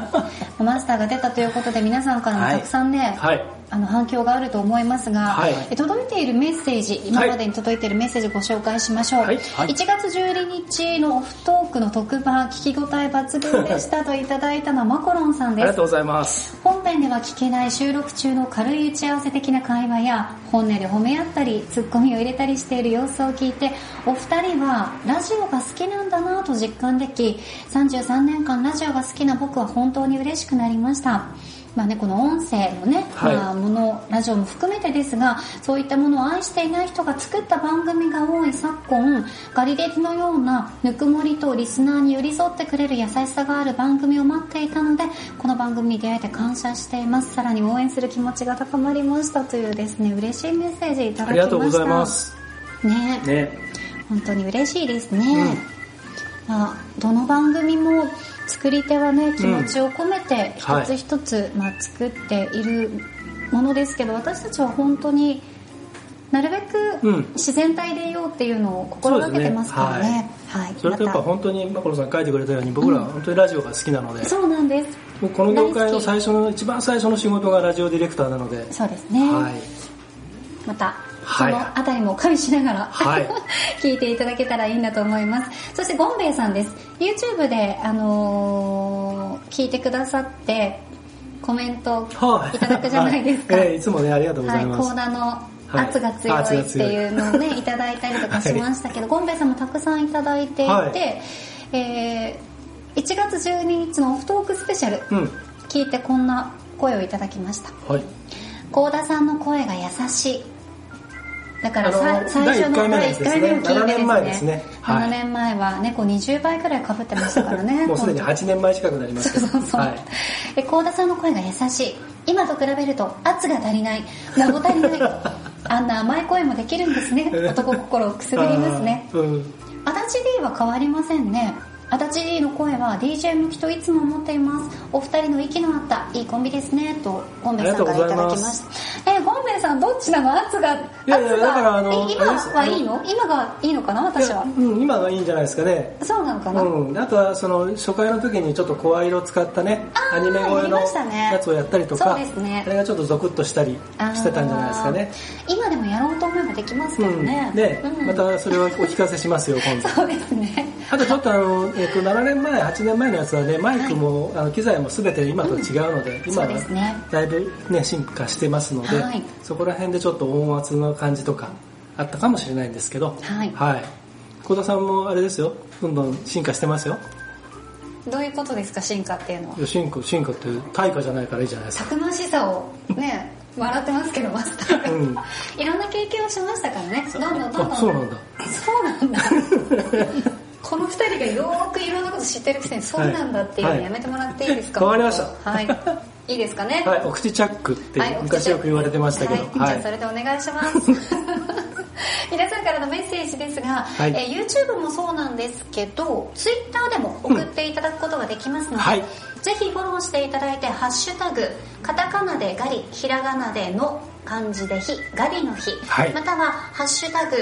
S1: マスターが出たということで皆さんからもたくさんね、
S2: はい
S1: あの反響があると思いますが、
S2: はい
S1: え届いているメッセージ今までに届いているメッセージご紹介しましょう、
S2: はい
S3: はい
S1: 1月12日のオフトークの特番聞き応え抜群でしたといただいたのはマコロンさん
S2: あり
S1: で
S2: が
S1: す
S2: とうございます
S1: 本編では聞けない収録中の軽い打ち合わせ的な会話や本音で褒め合ったりツッコミを入れたりしている様子を聞いてお二人はラジオが好きなんだなぁと実感でき33年間ラジオが好きな僕は本当に嬉しくなりましたまあね、この音声のね、
S2: はい
S1: まあ、ものラジオも含めてですがそういったものを愛していない人が作った番組が多い昨今ガリレデのようなぬくもりとリスナーに寄り添ってくれる優しさがある番組を待っていたのでこの番組に出会えて感謝していますさらに応援する気持ちが高まりましたというですね嬉しいメッセージいただきました
S2: ありがとうございます
S1: ね
S2: ね
S1: 本当に嬉しいですね、まあ、どの番組も作り手はね気持ちを込めて
S2: は
S1: 一つ
S2: い
S1: 一つ、まあ、作っているものですけど私たちは本当になるべ
S2: うん
S1: く自然体でいようっていうのを心がけてますからね。はい、
S2: それとやっぱ
S1: ま
S2: 本当にマコロさん書いてくれたように僕らは本当にラジオが好きなので
S1: た、そうなんです
S2: 僕この業
S1: 大
S2: 界
S1: 好
S2: の
S1: き
S2: 最初の一番最初の仕事がラジオディレクターなので、
S1: そうですね、
S2: はい
S1: またそ
S2: はい
S1: のあたりも加味しながら、
S2: はい
S1: 聞いていただけたらいいんだと思いますそしてゴンベイさんです YouTube で、あのー聞いてくださってコメント
S2: はい
S1: いただくじゃないですか、
S2: はいええいつもねありがとうござ
S1: はいい、
S2: ます、
S1: 講座の
S2: はい
S1: 圧が強いっていうのを ね、いただいたりとかしましたけど、ゴンベイさんもたくさんいただいていて、
S2: はい
S1: えー1月12日のオフトークスペシャル、
S2: うん
S1: 聞いてこんな声をいただきました。
S2: はい
S1: 高田さんの声が優しいだからさ
S2: あの
S1: 最初の
S2: 第一回目なん
S1: 第1
S2: で
S1: 回
S2: すね
S1: 目を聞いてですね
S2: 7年前ですねはい
S1: 7年前は猫20倍くらいかぶってましたからね
S2: もうすでに8年前近くな りますけ
S1: そう
S2: ど
S1: そうそう、
S2: はい
S1: え高田さんの声が優しい今と比べると圧が足りない名も足りない あんな甘い声もできるんですね男心をくすぐりますね
S2: あーうん
S1: 足立 D は変わりませんね足立 D の声は DJ 向きといつも思っていますお二人の息の合ったいいコンビですねとゴンベイさんからいただきましたえゴンベイさんどっちなの圧が
S2: いやいや
S1: 圧
S2: だから
S1: が
S2: あの
S1: え今はいいの今がいいのかな私は
S2: うん、今がいいんじゃないですかね
S1: そうなのかな、
S2: うん、あとはその初回の時にちょっと声色を使ったね
S1: あー
S2: アニメ声
S1: やり
S2: の
S1: ましたね
S2: やつをやったりとか、
S1: そうですね
S2: あれがちょっとゾクッとしたり
S1: あー
S2: してたんじゃないですかね
S1: 今でもやろうと思えばできますけど
S2: うん
S1: ね、
S2: で、
S1: うん
S2: またそれをお聞かせしますよ今度
S1: そうですね
S2: あとちょっとあの、えっと7年前8年前のやつはねマイクも、あの機材も全て今と違うので、今
S1: そうですね
S2: はだいぶね進化してますので、
S1: はい
S2: そこら辺でちょっと音圧の感じとかあったかもしれないんですけど
S1: はい
S2: はい、小田さんもあれですよどんどん進化してますよ
S1: どういうことですか進化っていうのはい
S2: や進化進化って対価じゃないからいいじゃないです
S1: た
S2: か
S1: くましさを ね笑ってますけどマスター、
S2: うん
S1: いろんな経験をしましたからねどんどんどんどん
S2: あそうなんだ
S1: そうなん だこの二人がよーくいろんなこと知ってるくせにそうなんだっていうのやめてもらっていいですか
S2: はいわかりました
S1: はいいいですかね
S2: はいお口チャックって
S1: はい
S2: 昔よく言われてましたけ
S1: は
S2: ど
S1: い
S2: は
S1: じゃあそ
S2: い
S1: れでお願いします 皆さんからのメッセージですが、
S2: はい
S1: えー YouTube もそうなんですけど Twitter でも送っていただくことができますので、
S2: はい
S1: ぜひフォローしていただいて「ハッシュタグカタカナでガリひらがなでの漢字で日ガリの日」
S2: はい
S1: または「ハッシュタグ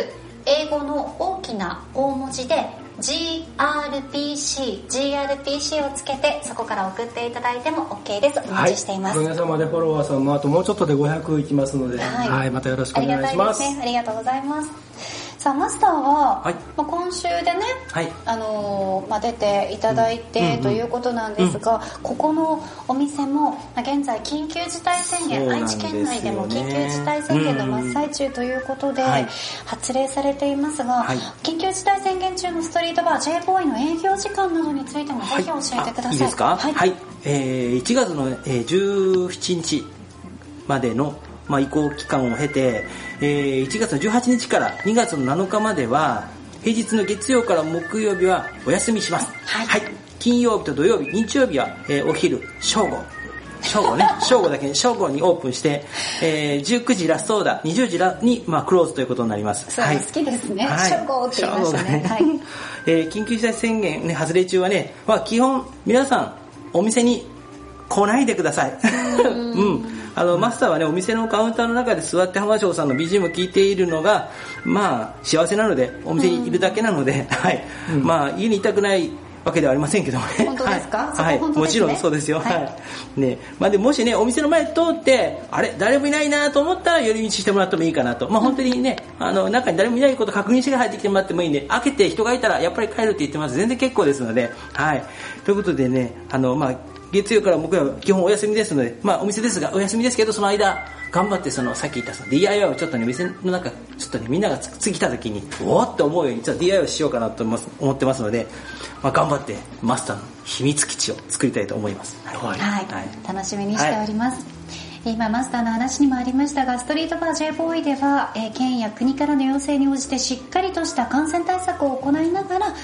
S1: 英語の大きな大文字で GRPC GRPC をつけてそこから送っていただいても OK ですお
S2: は
S1: 待
S2: い
S1: ちしています、
S2: おかげさまでフォロワーさんもあともうちょっとで500いきますので、はいまたよろしくお願いします
S1: ありがたいで すね。ありがとうございます。さあマスターは、
S3: はい
S1: まあ、今週でね、
S3: はい
S1: あのーまあ、出ていただいて、
S2: うんうんうん
S1: ということなんですが、ここのお店も、まあ、現在緊急事態宣言、
S3: そうなん
S1: 愛
S3: です
S1: 知
S3: よね
S1: 県内でも緊急事態宣言の真っ最中ということで、
S3: うんはい
S1: 発令されていますが、
S3: はい
S1: 緊急事態宣言中のストリートバー J ボーイの営業時間などについてもぜひ教えてください。
S3: あいですか
S1: は
S3: はいい、。えー1月の、えー17日までの、まあ、移行期間を経て、えー1月の18日から2月の7日までは平日の月曜から木曜日はお休みします
S1: はい
S3: 金曜日と土曜日日曜日は、えーお昼正午 正午ね正午だけに正午にオープンして、えー19時ラストオーダー20時らに、まあ、クローズということになります
S1: そう
S3: はい
S1: 好きですね。初号って言いましたね。は
S3: 初
S1: い
S3: 号。ね えー緊急事態宣言、ね、発令中はね、まあ、基本皆さんお店に来ないでください。 うん。あの、マスターはね、お店のカウンターの中で座って浜町さんの BGM を聞いているのが、まあ、幸せなので、お店にいるだけなので、 はい。まあ、家にいたくないわけではありませんけどもね。
S1: 本当ですか
S3: はい。
S1: そこ本当
S3: も
S1: です
S3: ち
S1: ね
S3: ろんそうですよ。
S1: は
S3: はいい。ねまあ、でもしねお店の前通ってあれ誰もいないなと思ったら寄り道してもらってもいいかなと、まあ、本当にねあの中に誰もいないこと確認してから入ってきてもらってもいいんで開けて人がいたらやっぱり帰るって言ってます全然結構ですのではいということでねあのまあ月曜から木曜は基本お休みですので、まあお店ですが、お休みですけど、その間、頑張ってその、さっき言ったその DIY をちょっとね、店の中、ちょっとね、みんながつ次来た時に、おーって思うように、ちょっと DIY をしようかなと思います思ってますので、まあ頑張って、マスターの秘密基地を作りたいと思います。はい
S1: はい、楽しみにしております、えー今マスターの話にもありましたがストリートバー j ボーイでは、えー県や国からの要請に応じてしっかりとした感染対策を行いながら、ね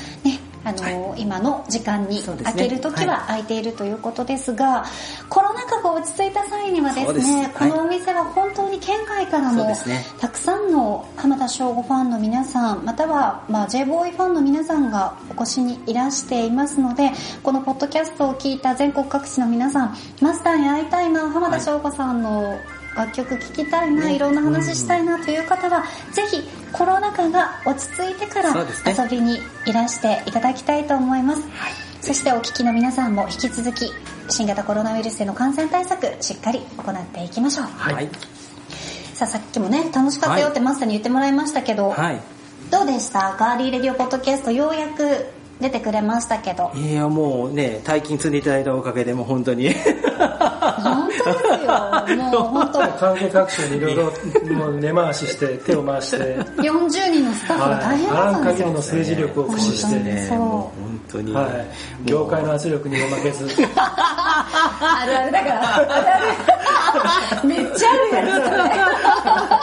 S1: あのー今の時間に
S3: そうです
S1: 開
S3: ね
S1: ける時は空いているということですが、コロナ禍が落ち着いた際にはです
S3: そうです
S1: ね
S3: はい
S1: このお店は本当に県外から
S3: そう
S1: も
S3: ですね
S1: たくさんの浜田省吾ファンの皆さんまたは、まあ、j ボーイファンの皆さんがお越しにいらしていますのでこのポッドキャストを聞いた全国各地の皆さんマスターに会いたいな浜田省吾さんの楽曲聴きたいな、いろんな話したいなという方は、ぜひコロナ禍が落ち着いてから
S3: そうですね
S1: 遊びにいらしていただきたいと思います、そしてお聞きの皆さんも引き続き新型コロナウイルスへの感染対策しっかり行っていきましょう
S3: はい。はい。
S1: さあさっきもね楽しかったよってマスターに言ってもらいましたけど、
S3: はい
S1: どうでしたガーリーレディオポッドキャストようやく出てくれましたけど
S3: いや、もうね、大金積んでいただいたおかげで、もう本当に。
S1: 本当 ですよもう本当
S2: 関係各所にいろいろもう根回しして手を回して
S1: 40人のスタッフが大変だ
S2: あ
S1: っ
S2: ら
S1: たん
S2: ん
S1: で
S2: 限
S1: すよ、
S2: りの政治力を駆使し
S1: 本当
S2: て
S1: に
S2: ね、
S1: そう
S3: もう本当に。
S2: はい、業界の圧力にも負けず
S1: あるあるだからあるあるめっちゃあるやつだね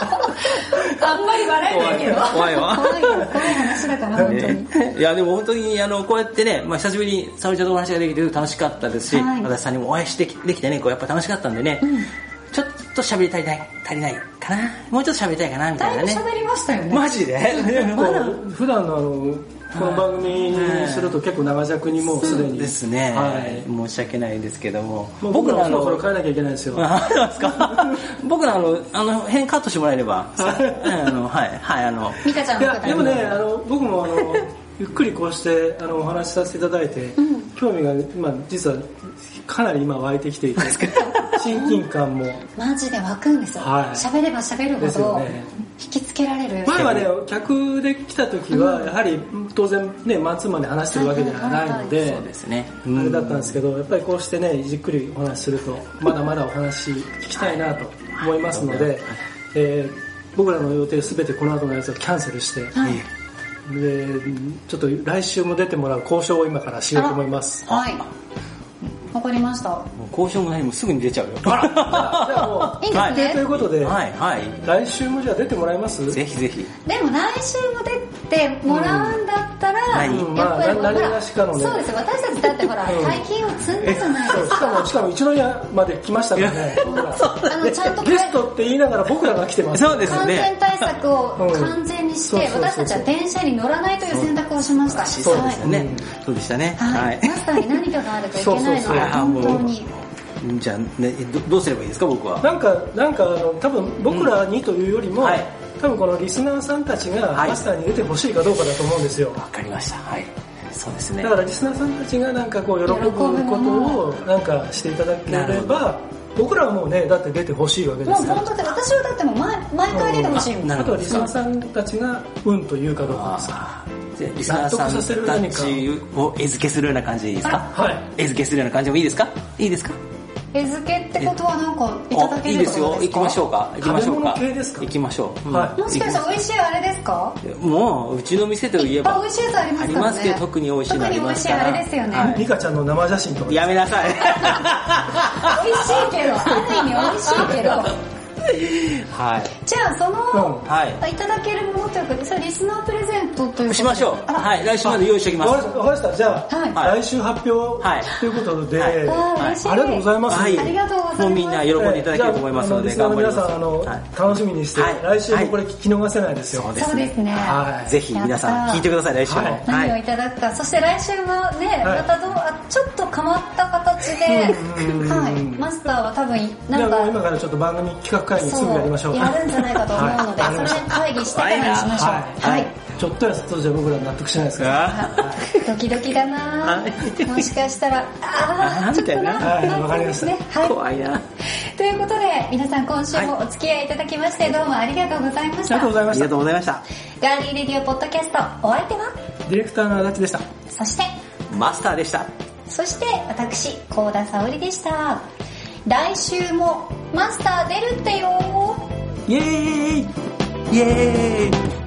S1: あんまり笑えないけど
S3: 怖いわ
S1: 怖いよ怖い話だから本当に、
S3: ねいやでも本当にあのこうやってね、まあ、久しぶりに沙織ちゃんとお話ができて楽しかったですし、
S1: はい
S3: 足立さんにもお会いしてきできてねこうやっぱ楽しかったんでね、ちょっと喋り足りない足りないかなもうちょっと喋りたいかなみた
S1: だ
S3: い
S1: い
S3: な
S1: ぶ
S3: ね
S1: 喋りましたよね
S3: マジで
S2: こう普段のあのこの番組にすると結構長尺にもうすでに
S3: ですね、
S2: はい
S3: 申し訳ないですけども
S2: もう僕
S3: の
S2: らのこれ変えなきゃいけないんですよ
S3: あそうですか 僕らあのあの辺カットしてもらえればあのはいはいあの
S1: ミカちゃん
S2: い
S1: の
S2: や
S1: 答
S2: で
S1: え
S2: もねあの僕もあ のゆっくりこうしてあのお話しさせていただいて、興味が今実はかなり今湧いてきて いて親近感も
S1: マジで湧くんですよ
S2: はい
S1: 喋、れば喋るほ
S2: ですよ
S1: ど
S2: ね
S1: 引きつけられる、
S2: 前はね客で来た時はやはり当然ねマンツーマンで話してるわけではないので
S3: そうですね
S2: あれだったんですけどやっぱりこうしてねじっくりお話しするとまだまだお話聞きたいなと思いますので、えー僕らの予定すべてこの後のやつをキャンセルして、
S1: はい
S2: でちょっと来週も出てもらう交渉を今からしようと思います
S1: はいわかりました
S3: もう交渉も何もすぐに出ちゃうよ
S2: じゃあも
S1: いいんですね、
S2: うということで、
S3: はいはい
S2: 来週もじゃあ出てもらえます
S3: ぜひぜひ
S1: でも来週も出てもらうんだったら、
S3: うん
S2: うん
S1: やっぱり
S2: まあ
S1: ほら
S2: 何がしかのね
S1: そうですよ私たちだってほら
S2: うん
S1: 大金を積んだじゃない
S2: そう
S1: です
S2: しかも
S1: か
S2: しかも一宮まで来ましたか らね僕ら
S1: あのちゃんと
S2: ゲストって言いながら僕らが来てます
S3: そうです
S1: 感
S3: ね
S1: 染対策を
S2: うん
S1: 完全にし
S2: そう
S1: て
S2: そうそう
S1: 私たちは電車に乗らないという選択をしました
S3: そうでしたね、
S2: はい
S3: そうでしたね
S1: は、
S3: はいい
S1: はい、マスターに何かがあるといけないの
S2: そうそうそ
S1: が
S2: う
S1: 本当に
S3: じゃあ、ね、どどうすればいいですか僕は
S2: なんか、なんかあの多分僕らにというよりも、
S3: うんはい
S2: 多分このリスナーさんたちが
S3: はい
S2: マスターに出てほしいかどうかだと思うんですよ。
S3: わかりましたはいそうですね
S2: だからリスナーさんたちがなんかこう喜ぶことをなんかしていただけ
S3: なる
S2: れ
S3: ほ
S2: ば、僕らはもうね、だって出てほしいわけで
S1: もう
S2: すか
S1: 本
S2: ら。
S1: 当で私はだってもう毎毎回出てほしいもん
S3: な
S2: あ
S3: る
S2: と
S3: ほ
S2: は
S3: ど
S2: リスナーさんたちがうんと言うかどうかですか。
S3: あーじゃあリスナーさんたちを餌付けするような感じでいいですか
S2: はい。
S3: 餌付けするような感じでもいいですかいいですか
S1: 餌付けってことはなんかいただ
S3: あ
S1: け
S3: いい
S1: る
S3: で
S1: って
S3: す
S1: こと
S3: よ
S1: で
S3: 行
S1: すか
S3: きましょうか行きましょうか
S2: 食べ物系ですか
S3: 行きましょう、
S2: はい
S1: もしかしたら美味しいあれですか
S3: もううちの店といえ
S1: あ、
S3: ば
S1: 美味しいやつありますからね。
S3: ありますけど特に美味しいのありますから
S1: 特に美味しいあれですよね。
S3: は
S2: リカちゃんの生写真とか。
S3: やめなさい
S1: 美味しいけど、ある意味美味しいけど。
S3: はい
S1: じゃあその、、
S2: うん
S3: はい
S1: ただけるものというか、それリスナープレゼントということで
S3: しましょう
S1: あら
S3: はい来週まで用意しておきま
S2: わか
S3: す
S2: りましたわかりました。じゃあ、
S1: はい
S3: はい
S2: 来週発表
S3: はい
S2: ということで、
S3: はい
S1: わあ
S3: はい
S1: 嬉しい。
S2: ありがとうございます。
S3: はい
S1: ありがとうございます
S3: もうみんな喜んでいただけると思いますので、
S2: えーじゃあ
S3: 頑張ります
S2: あのリスナーの皆さん、あの、楽しみにして、
S3: はい
S2: 来週もこれ聞き逃せないですよ。
S3: そうで
S1: そ
S3: す
S1: う
S3: ね
S1: ですね。
S2: はい
S3: ぜひ皆さん聞いてください来週も
S2: はい
S1: 何をいただくか、そして来週はね、
S2: はい
S1: またどうあちょっと変わった形で、
S2: うんうんうん
S1: はい、マスターは多分
S2: じ
S1: な
S2: ゃあ
S1: ん
S2: もう
S1: か
S2: 今からちょっと番組企画会議すぐやりまし
S1: そ
S2: ょ。
S1: ううやるんじゃないかと思うので、
S2: はいわかりま
S1: そ
S2: し
S1: れ
S2: た
S1: 会議してからにしましょう。
S2: は
S1: はいい
S2: ちょっとやそっとじゃ僕ら納得しないですから。
S3: あ
S1: ドキドキだな
S3: はい
S1: もしかしたら、あ
S3: あ
S1: あ、
S3: ー
S1: ちょっとな、
S3: み
S2: たいなはい
S1: ん
S2: わかりました
S1: ね。
S3: ー
S1: は
S3: 怖いなあ
S1: い。ということで、皆さん今週もお付き合いいただきまして、どうもありがとうございまし
S2: ありが
S1: た。
S2: とうございま
S3: り
S2: し
S3: が
S2: た。
S3: とうございました
S1: ガーリーレディオポッドキャスト、お相手は
S2: ディレクターの足立でした。
S1: そして、
S3: マスターでした
S1: さそして私、高田沙織でした。来週もマスター出るってよ
S2: イエーイイエーイ